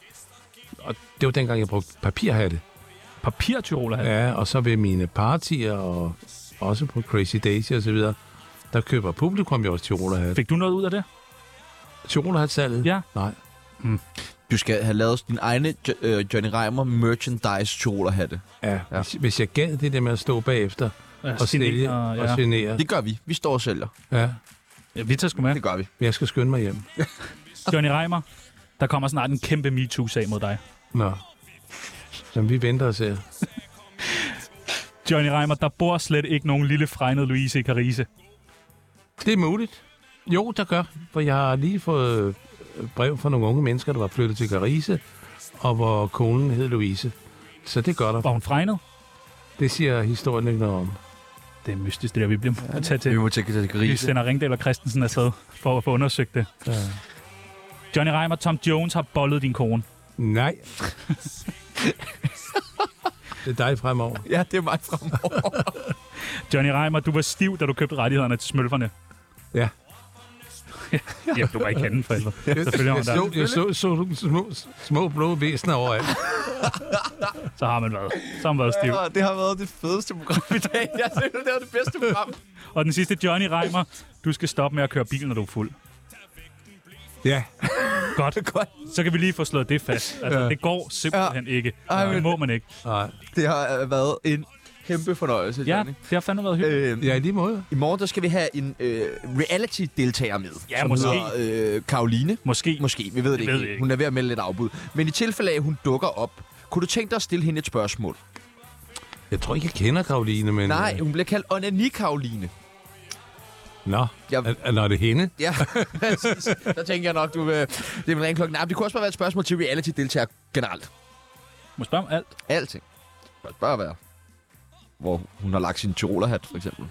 Og det var dengang, jeg brugte papirhatte.
Papirtyrolerhatte?
Ja, og så ved mine partier, og også på Crazy Daisy og så videre, der køber publikum jo også tyrolerhatte.
Fik du noget ud af det?
Tyrolerhatsalget?
Ja.
Nej.
Mm.
Du skal have lavet din egne jo- øh, Johnny Reimer merchandise kjolerhatte.
Ja, ja. Hvis, hvis jeg gad det der med at stå bagefter
Ja,
ja, og sælge
genere,
og,
ja.
ja. og genere.
Det gør vi. Vi står og sælger.
Ja.
ja, vi tager sgu med.
Det gør vi.
Jeg skal skynde mig hjem.
Johnny Reimer, der kommer snart en kæmpe MeToo-sag mod dig.
Nå. Jamen, vi venter og ser.
Johnny Reimer, der bor slet ikke nogen lille fregnede Louise i Carise.
Det er muligt. Jo, der gør. For jeg har lige fået øh, brev fra nogle unge mennesker, der var flyttet til Carise, og hvor konen hed Louise. Så det gør der. Var
hun fregnet?
Det siger historien ikke noget om.
Det er mystisk, det der, vi bliver nødt til at tage til.
Vi må tage til Carise.
Vi sender Ringdal og Christensen afsted for at få undersøgt det.
Ja.
Johnny Reimer, Tom Jones har boldet din kone.
Nej. det er dig fremover.
Ja, det er mig fremover.
Johnny Reimer, du var stiv, da du købte rettighederne til smølferne.
Ja.
ja, du var ikke henne, for helvede.
Jeg,
Selvfølgelig
jeg,
var
så,
hun der.
jeg så, så nogle små, små blå væsener overalt.
Så har man været. Så har man været stiv.
Ja, det har været det fedeste program i dag. Jeg synes, det var det bedste program.
Og den sidste, Johnny Reimer, du skal stoppe med at køre bil, når du er fuld.
Ja.
Godt. Godt. Så kan vi lige få slået det fast. Altså, ja.
Ja.
det går simpelthen ja. ikke.
Ej,
det
men-
må man ikke.
Nej.
Det har øh, været en kæmpe fornøjelse,
Ja,
Johnny.
det har fandme været
hyggeligt. Øh,
ja, lige måde.
I morgen, der skal vi have en øh, reality-deltager med.
Ja,
som
måske.
Hedder, øh, Karoline.
Måske.
Måske, vi ved det,
Det
ikke.
ved vi ikke.
Hun er ved at melde lidt afbud. Men i tilfælde af, at hun dukker op, kunne du tænke dig at stille hende et spørgsmål?
Jeg tror ikke, jeg kender Karoline, men... øh,
Nej, hun bliver kaldt Onani-Karoline.
Nå,
Jeg-
er, er, når det hende?
Ja, præcis. der tænker jeg nok, du vil... Det er min ren klokken. Nej, men det kunne også bare være et spørgsmål til reality-deltager generelt.
Må spørge om alt?
Alting. Bare spørge hvad. Hvor hun har lagt sin tyrolerhat, for eksempel.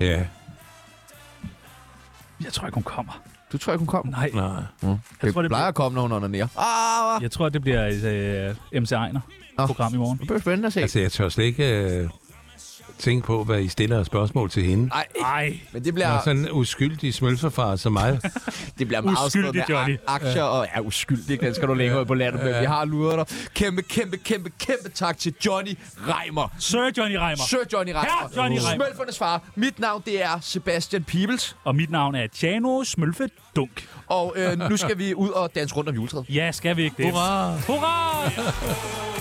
Ja.
Jeg tror ikke, hun kommer.
Du tror ikke, hun kommer?
Nej.
Nej.
Mm. Jeg
tror,
tror,
det
det plejer at komme, når hun onanerer. Ah!
Jeg tror, det bliver et øh, MC Ejner program i morgen.
Det bliver spændende at se.
Altså, jeg tør slet ikke øh, tænke på, hvad I stiller af spørgsmål til hende.
Nej.
Nej.
Men det
Ja.
bliver,
Og sådan en uskyldig smølferfar som mig.
det bliver meget
Uskyldig,
afsløret
Johnny.
ak- aktier, og ja, uskyldig, den skal du længere ud på landet, men vi har luret dig. Kæmpe, kæmpe, kæmpe, kæmpe tak til Johnny Reimer.
Sir Johnny Reimer.
Sir Johnny Reimer.
Herre Johnny Reimer.
Smølfernes far. Mit navn, det er Sebastian Peebles.
Og mit navn er Tjano Smølfe Dunk.
Og øh, nu skal vi ud og danse rundt om juletræet.
Ja, skal vi ikke det? Hurra! Hurra!